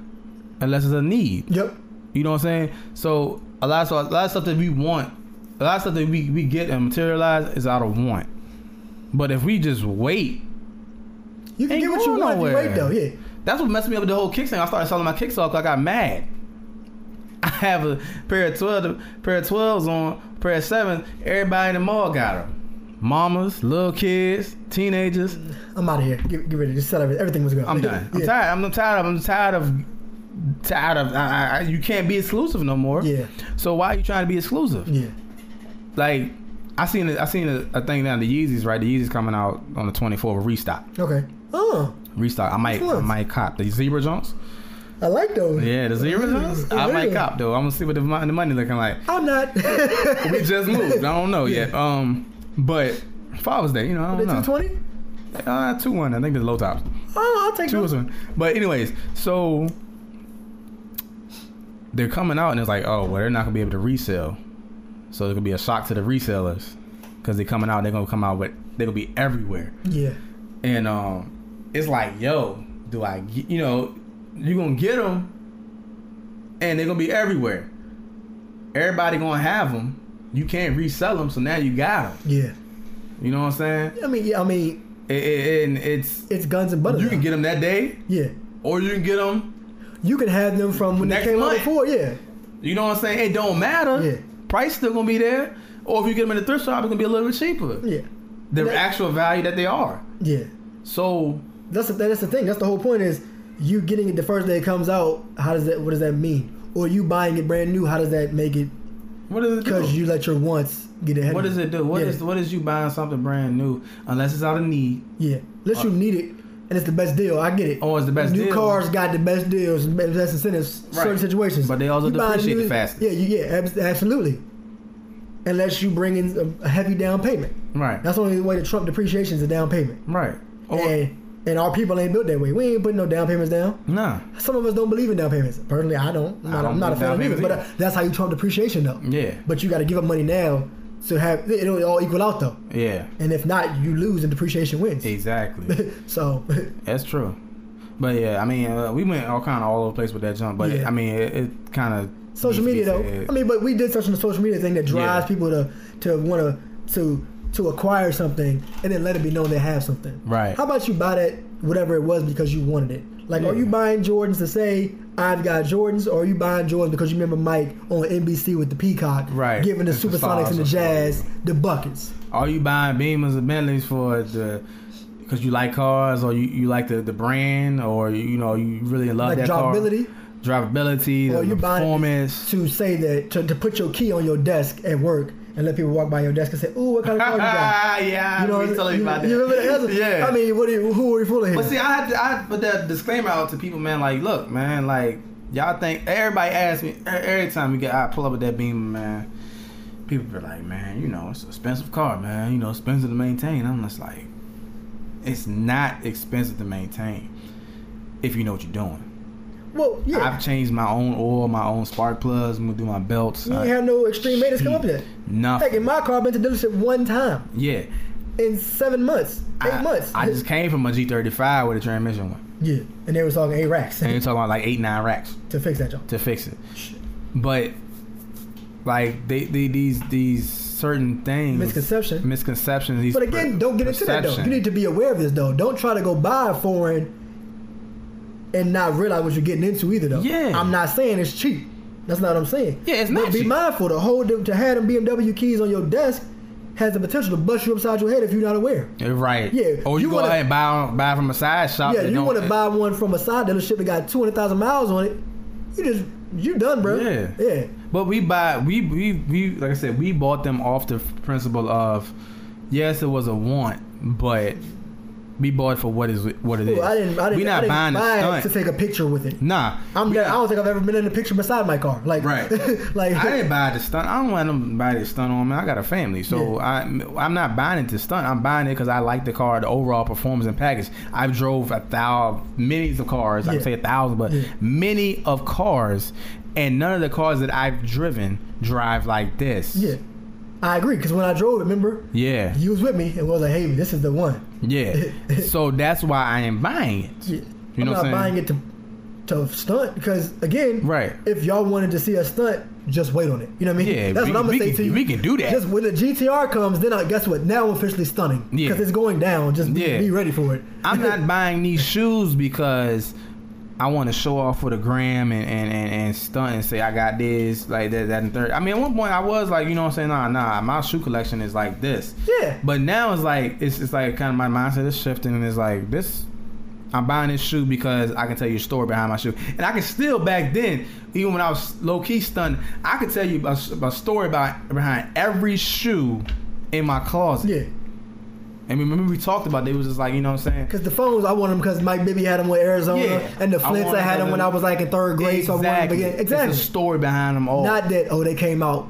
unless it's a need. Yep. You know what I'm saying? So a lot of stuff, a lot of stuff that we want, a lot of stuff that we, we get and materialize is out of want. But if we just wait, You can Ain't get what you going want nowhere. if you wait though. Yeah. that's what messed me up with the whole kicks thing. I started selling my kicks off 'cause I got mad. I have a pair of twelve, pair of twelves on, pair of sevens. Everybody in the mall got them. Mamas, little kids, teenagers. I'm out of here. Get, get rid of this. Set everything. Everything was good. I'm done. I'm Yeah. tired. I'm, I'm tired of. I'm tired of. Tired of. I, I, I- you can't be exclusive no more. Yeah. So why are you trying to be exclusive? Yeah. like I seen a, I seen a, a thing now the Yeezys right the Yeezys coming out on the 24th with restock Okay. Oh, restock I might Which I ones? might cop the zebra jumps I like those. yeah the zebra jumps I might yeah. cop though I'm gonna see what the, mon- the money looking like I'm not. we just moved I don't know yet um but Father's Day you know I They don't know 220? uh, two one I think it's low tops Oh, I'll take two or those. something but anyways so they're coming out and it's like oh well they're not gonna be able to resell so it could be a shock to the resellers because they're coming out they're gonna come out with they're gonna be everywhere Yeah. And um, it's like, yo, do I, get, you know, you gonna get them, and they're gonna be everywhere. Everybody gonna have them. You can't resell them, so now you got them. Yeah. You know what I'm saying? I mean, yeah, I mean, It, it, and it's it's guns and butter. you can now. get them that day, Yeah. or you can get them. You can have them from when Next they came month. out before. Yeah. You know what I'm saying? It don't matter. Yeah. Price still gonna be there, or if you get them in the thrift shop, it's gonna be a little bit cheaper. Yeah. The That- actual value that they are. Yeah. So That's the, that's the thing. That's the whole point is you getting it the first day it comes out. How does that? What does that mean? Or you buying it brand new? How does that make it? what is it? do? Because you let your wants get ahead. What of does it do? What yeah. is what is you buying something brand new unless it's out of need? Yeah. Unless you need it and it's the best deal. I get it. Uh, Oh, it's the best new deal. cars got the best deals and best best incentives in Right. certain situations. But they also You buying depreciate new- the fastest. Yeah, you, yeah, abs- absolutely. Unless you bring in a- a heavy down payment. Right. That's the only way to trump depreciation is a down payment. right. Or, and and our people ain't built that way. We ain't putting no down payments down. nah. Some of us don't believe in down payments. Personally, I don't. I'm I not, don't I'm not a believe fan in of down it, but uh, payments that's how you trump depreciation though. Yeah. But you got to give up money now to have it'll all equal out though. Yeah. And if not, you lose and depreciation wins. Exactly. so That's true. But yeah, I mean, uh, we went all kind of all over the place with that jump. But Yeah. I mean, it, it kind of social media though. I mean, but we did touch on the social media thing that drives Yeah. people to to want to to to acquire something and then let it be known they have something. Right. How about you buy that whatever it was because you wanted it? Like, are you Yeah. buying Jordans to say I've got Jordans, or are you buying Jordans because you remember Mike on NBC with the Peacock, Right. Giving the It's the Supersonics and the stars. Jazz the buckets. are you buying Beamers and Bentleys for the? Because you like cars, or you, you like the, the brand, or you know you really love Like that car. drivability? drivability, the, Or you the buying it performance. to say that to, to put your key on your desk at work and let people walk by your desk and say, "Ooh, what kind of car you got?" yeah, You know, we you, totally about you that. remember that? That's- yeah, I mean, what are you, who are you fooling here? But see, I had to, I had to put that disclaimer out to people, man. Like, look, man, like y'all think everybody asks me e- every time we get I pull up with that beam, man. People be like, man, you know, it's an expensive car, man. You know, expensive to maintain. I'm just like, it's not expensive to maintain if you know what you're doing. well, yeah. I've changed my own oil, my own spark plugs, I'm gonna do my belts. You I- ain't had no extreme maintenance come up yet. Heck, in nothing. my car, I've been to dealership one time Yeah. in seven months, eight I, months. I just came from a G35 with a transmission one. yeah, and they was talking eight racks And you're talking about like eight, nine racks. to fix that job. to fix it. But like they, they these these certain things, Misconception. misconceptions. These But again, per- don't get into that though. perception. You need to be aware of this though. Don't try to go buy foreign and not realize what you're getting into either though. Yeah. I'm not saying it's cheap. That's not what I'm saying. Yeah, it's but not be cheap. mindful to hold them to have them BMW keys on your desk has the potential to bust you upside your head if you're not aware. Yeah, right. Yeah, Or you, you go wanna- ahead and buy buy from a side shop. yeah, that you don't- want to buy one from a side dealership that got 200,000 miles on it. You just you done, bro. Yeah. Yeah. But we buy we we we like I said we bought them off the principle of yes it was a want but we bought for what is what it is. Ooh, I didn't. I didn't. we not I didn't buying buy it the to stunt. take a picture with it. nah, I'm. we Not, I not- don't think I've ever been in a picture beside my car. Like Right. like I didn't buy the stunt. I don't want nobody to stunt on me. I got a family, so I, I'm not buying it to stunt. I'm buying it because I like the car, the overall performance and package. I've drove a thousand, millions of cars. I Yeah. can say a thousand, but Yeah. many of cars, and none of the cars that I've driven drive like this. Yeah, I agree. Because when I drove, remember, yeah, you was with me and was like, "Hey, this is the one." yeah. so that's why I am buying it. Yeah. You know I'm what not I'm buying saying? it to to stunt because again, Right. If y'all wanted to see a stunt, just wait on it. You know what I mean? Yeah, that's we- what I'm gonna we say can- to you. we can do that. Just when the GTR comes, then I guess what? Now I'm officially stunning Yeah. because it's going down. Just be, Yeah. be ready for it. I'm not buying these shoes because I want to show off for the gram and, and, and, and stunt and say I got this, like that, that, and third. I mean, at one point I was like, you know what I'm saying? Nah, nah, my shoe collection is like this. Yeah. But now it's like, it's, it's like kind of my mindset is shifting and it's like, this, I'm buying this shoe because I can tell you a story behind my shoe. And I can still, back then, even when I was low key stunned, I could tell you a, a story about, behind every shoe in my closet. Yeah. And remember, we talked about it, it was just like, you know what I'm saying? Cause the phones, I wanted them because Mike Bibby had them with Arizona, Yeah. and the I Flints I, wanted had them them- when I was like in third grade. So I wanted them Exactly. again. It's a Exactly. story behind them all. Not that oh they came out,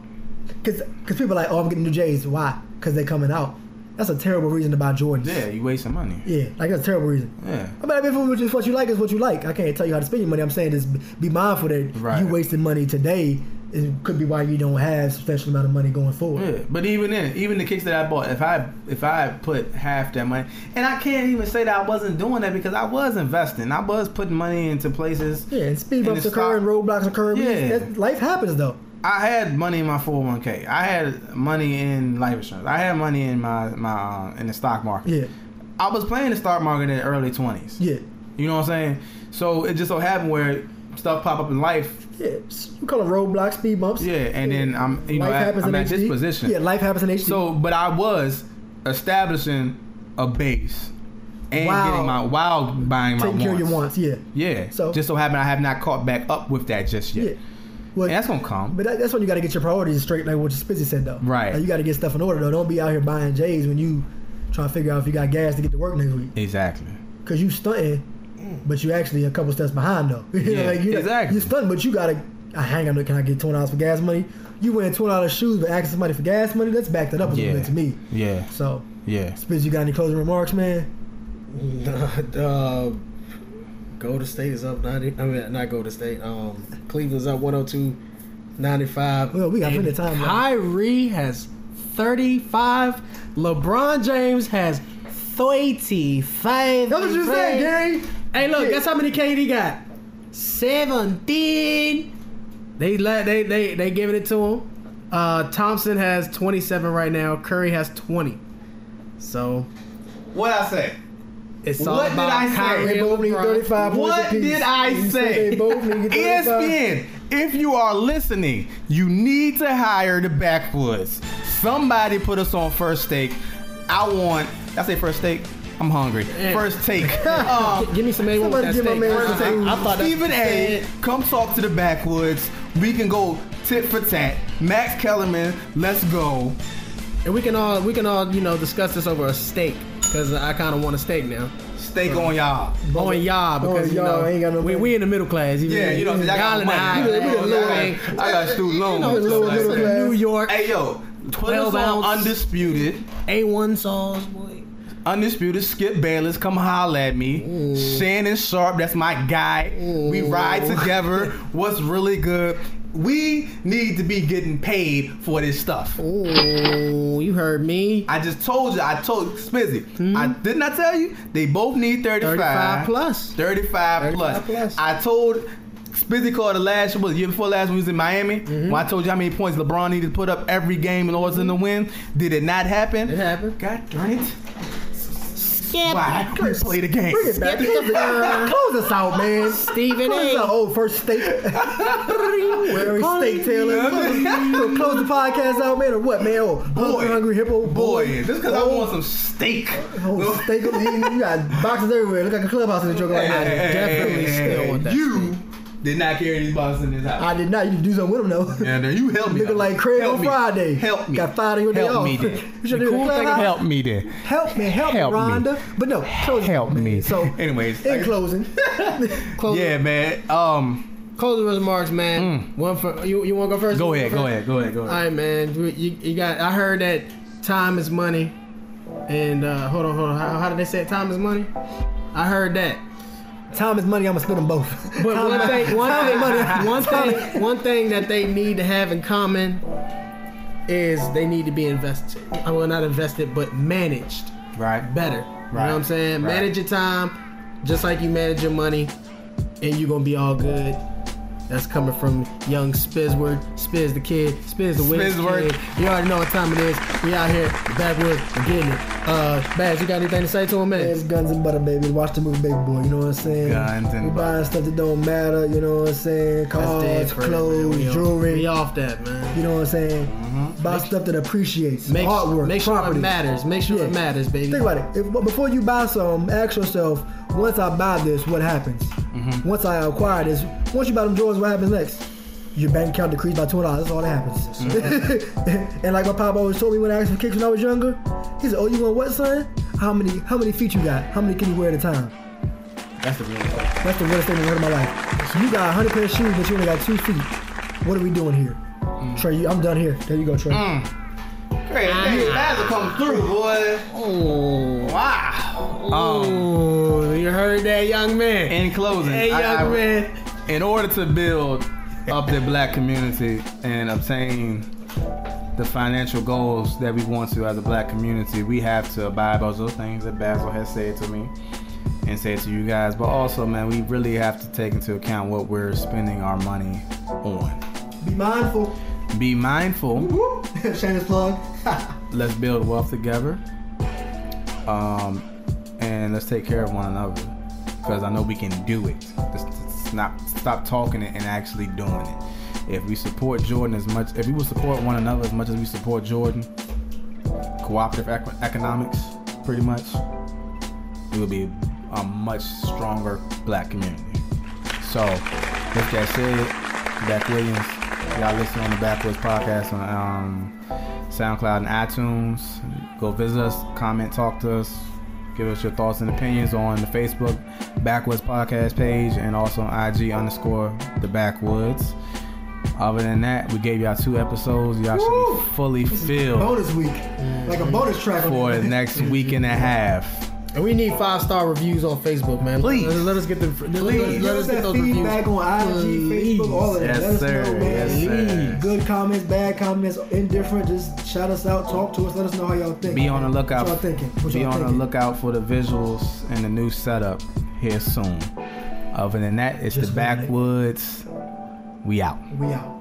cause cause people are like oh I'm getting new J's. Why? Cause they coming out. That's a terrible reason to buy Jordans. yeah, you wasting money. Yeah, like that's a terrible reason. Yeah. I mean, if it was just what you like is what you like. I can't tell you how to spend your money. I'm saying just be mindful that Right. you wasting money today. It could be why you don't have substantial amount of money going forward. Yeah. But even then, even the kicks that I bought, if I if I put half that money, and I can't even say that I wasn't doing that because I was investing. I was putting money into places. Yeah, and speed And bumps it's occur not- and roadblocks occur. We- Yeah. that- life happens though. I had money in my 401k. I had money in life insurance. I had money in my my uh, in the stock market. Yeah, I was playing the stock market in the early 20s. yeah, You know what I'm saying? So it just so happened where stuff pop up in life yeah. You call them roadblocks, speed bumps. Yeah, and then I'm- you know, I- I'm at this position. Yeah, life happens in HD. So, but I was establishing a base and Wow. getting my while buying my taking care of your wants. Yeah, Yeah. So- So just so happened I have not caught back up with that just yet. yeah. Well, And that's gonna come. But that, that's when you got to get your priorities straight, like what Spizzy said though. Right. Like, you got to get stuff in order though. Don't be out here buying J's when you trying to figure out if you got gas to get to work next week exactly. because you stunting, but you actually a couple steps behind though. You know, Mm. Yeah, like, you exactly. You stunting, but you got to. I hang on. Can I get twenty dollars for gas money? You wearing twenty dollars shoes, but asking somebody for gas money. That's backed it up a little Yeah. bit to me. Yeah. So, Yeah. Spizzy, you got any closing remarks, man? uh, Golden State is up 90. I mean, not Golden State. Um, Cleveland's up 102, 95. Well, we got And plenty of time left. Kyrie has 35. LeBron James has 35. That's what you said, Gary. Hey, look, guess how many KD got? 17. They let they they they giving it to him. Uh, Thompson has 27 right now. Curry has 20. So What I say? it's all What did about I say? Kyrie They and both need LeBron. 35 points What apiece. did I You said say? E They both need 35. ESPN, if you are listening, you need to hire the backwoods. Somebody put us on first take. I want. I say first take. I'm hungry. Yeah. First take. Um, Give me some A1 with Somebody that give my steak. Uh-huh. man some food. I- I, I thought that's Stephen A. Come talk to the backwoods. We can go tit for tat. Max Kellerman, let's go. And we can all we can all you know discuss this over a steak because I kind of want a steak now. Steak on y'all. Oh and y'all because Oh, you y'all know ain't got no we, money. we in the middle class. Yeah, you know, y'all got in the money. high We the- we the class, lower- right? I got student You loans. know, It's lower like- middle class. New York Hey yo, put us 12 on ounce. undisputed. A1 sauce, boy. Undisputed Skip Bayless, come holla at me. Shannon Sharp, that's my guy. We ride together. What's really good? We need to be getting paid for this stuff. Ooh, you heard me. I just told you. I told Spizzy. Hmm? I didn't I tell you? They both need 35. 35 plus. 35, 35 plus. I told Spizzy called the last what, year before last when we was in Miami. Mm-hmm. When I told you how many points LeBron needed to put up every game in order to win, did it not happen? It happened. God darn it! Skip. Why I couldn't play the game? Bring it back. Skip the gun. Close us out, man. Stephen Close the A. old first state. Where is state Taylor? Close the podcast out, man, or what, man? Oh, boy, Boy. hungry hippo, Boy, boy. just because I want some steak. Oh, steak, you, you got boxes everywhere. Look like a clubhouse in the joke right now. definitely still want that You did not carry these boxes in this house. I did not. You do something with them though. Yeah, then you help me. Looking like Craig Help on me. Friday. Help me. Got Friday on day Help off. me then. You should do The the cool club thing- out. help me then. Help me, help, Help me, me. Rhonda. But no, close- Help me. So, Anyways, in I- closing, Close, Yeah, man. Um, Closing remarks, man. One for you. You want to go first? Hmm. go You ahead, wanna go ahead, go ahead, go All ahead. right, man. You, you, you got. I heard that time is money, and uh, hold on, hold on. How, how did they say it? time is money? I heard that. time is money. I'm gonna spend them both. But time, one thing, one time thing, is money. one Time- thing, one thing that they need to have in common is they need to be invested. I will not invested, but managed Right. better. You know what I'm Right. saying? Right. Manage your time, just like you manage your money, and you're gonna be all good. That's coming from young Spizward, Spiz the kid, Spiz the witch Spizward. kid. You already know what time it is. We out here, the backwoods, we're getting it. Uh, Babs, you got anything to say to him, It's man? guns and butter, baby. Watch the movie, Baby Boy. You know what I'm saying? Guns and we buying stuff that don't matter. You know what I'm saying? Cars, That's dead for it, man. clothes, We off- jewelry. We You off that, man. know what I'm saying? Mm-hmm. Buy stuff that appreciates Make, artwork, make sure property. it matters. Make sure Yeah. it matters, baby. Think about it. If, but before you buy some, ask yourself: Once I buy this, what happens? Mm-hmm. Once I acquire this, once you buy them drawers, what happens next? Your bank account decreased by two dollars. That's all that happens. Mm-hmm. and like my pop always told me when I asked for kicks when I was younger, he said, "Oh, you want what, son? How many? How many feet you got? How many can you wear at a time?" That's the real thing. That's the worst thing I've heard in my life. So you got 100 pair of shoes, but you only got two feet. What are we doing here? Mm. Trey, you, I'm done here. There you go, Trey. Great, hey, Basil come through, boy. Oh, Wow. Um, oh, you heard that, young man? in closing, hey, I- young I- man. in order to build up the black community and obtain the financial goals that we want to as a black community, we have to abide by those things that Basil has said to me and said to you guys. But also, man, we really have to take into account what we're spending our money on. Be mindful. Be mindful. Shameless plug. Let's build wealth together. Um, and let's take care of one another because I know we can do it. Just, just not stop talking it and actually doing it. If we support Jordan as much, if we would support one another as much as we support Jordan, cooperative eco- economics, pretty much, it would be a much stronger black community. So, with that said, Beck Williams, y'all listen on the Backwoods Podcast on um, SoundCloud and iTunes. Go visit us, comment, talk to us, give us your thoughts and opinions on the Facebook Backwoods Podcast page and also on IG underscore the Backwoods. Other than that, we gave y'all two episodes. Y'all Woo! should be fully filled Bonus week. Like a bonus track. Mm-hmm. for the next week and a half. And we need five star reviews on Facebook, man. Please. let, let us get the Please. Let, Give us us get that those reviews. feedback on IG, Facebook, all of that. Yes, Let us sir. know, man. Yes, sir. Good comments, bad comments, indifferent. Just shout us out, talk to us, let us know how y'all think. Be on the lookout. What y'all thinking? What be y'all on thinking? the lookout for the visuals and the new setup here soon. Other than that, it's Just the wait. backwoods. We out. We out.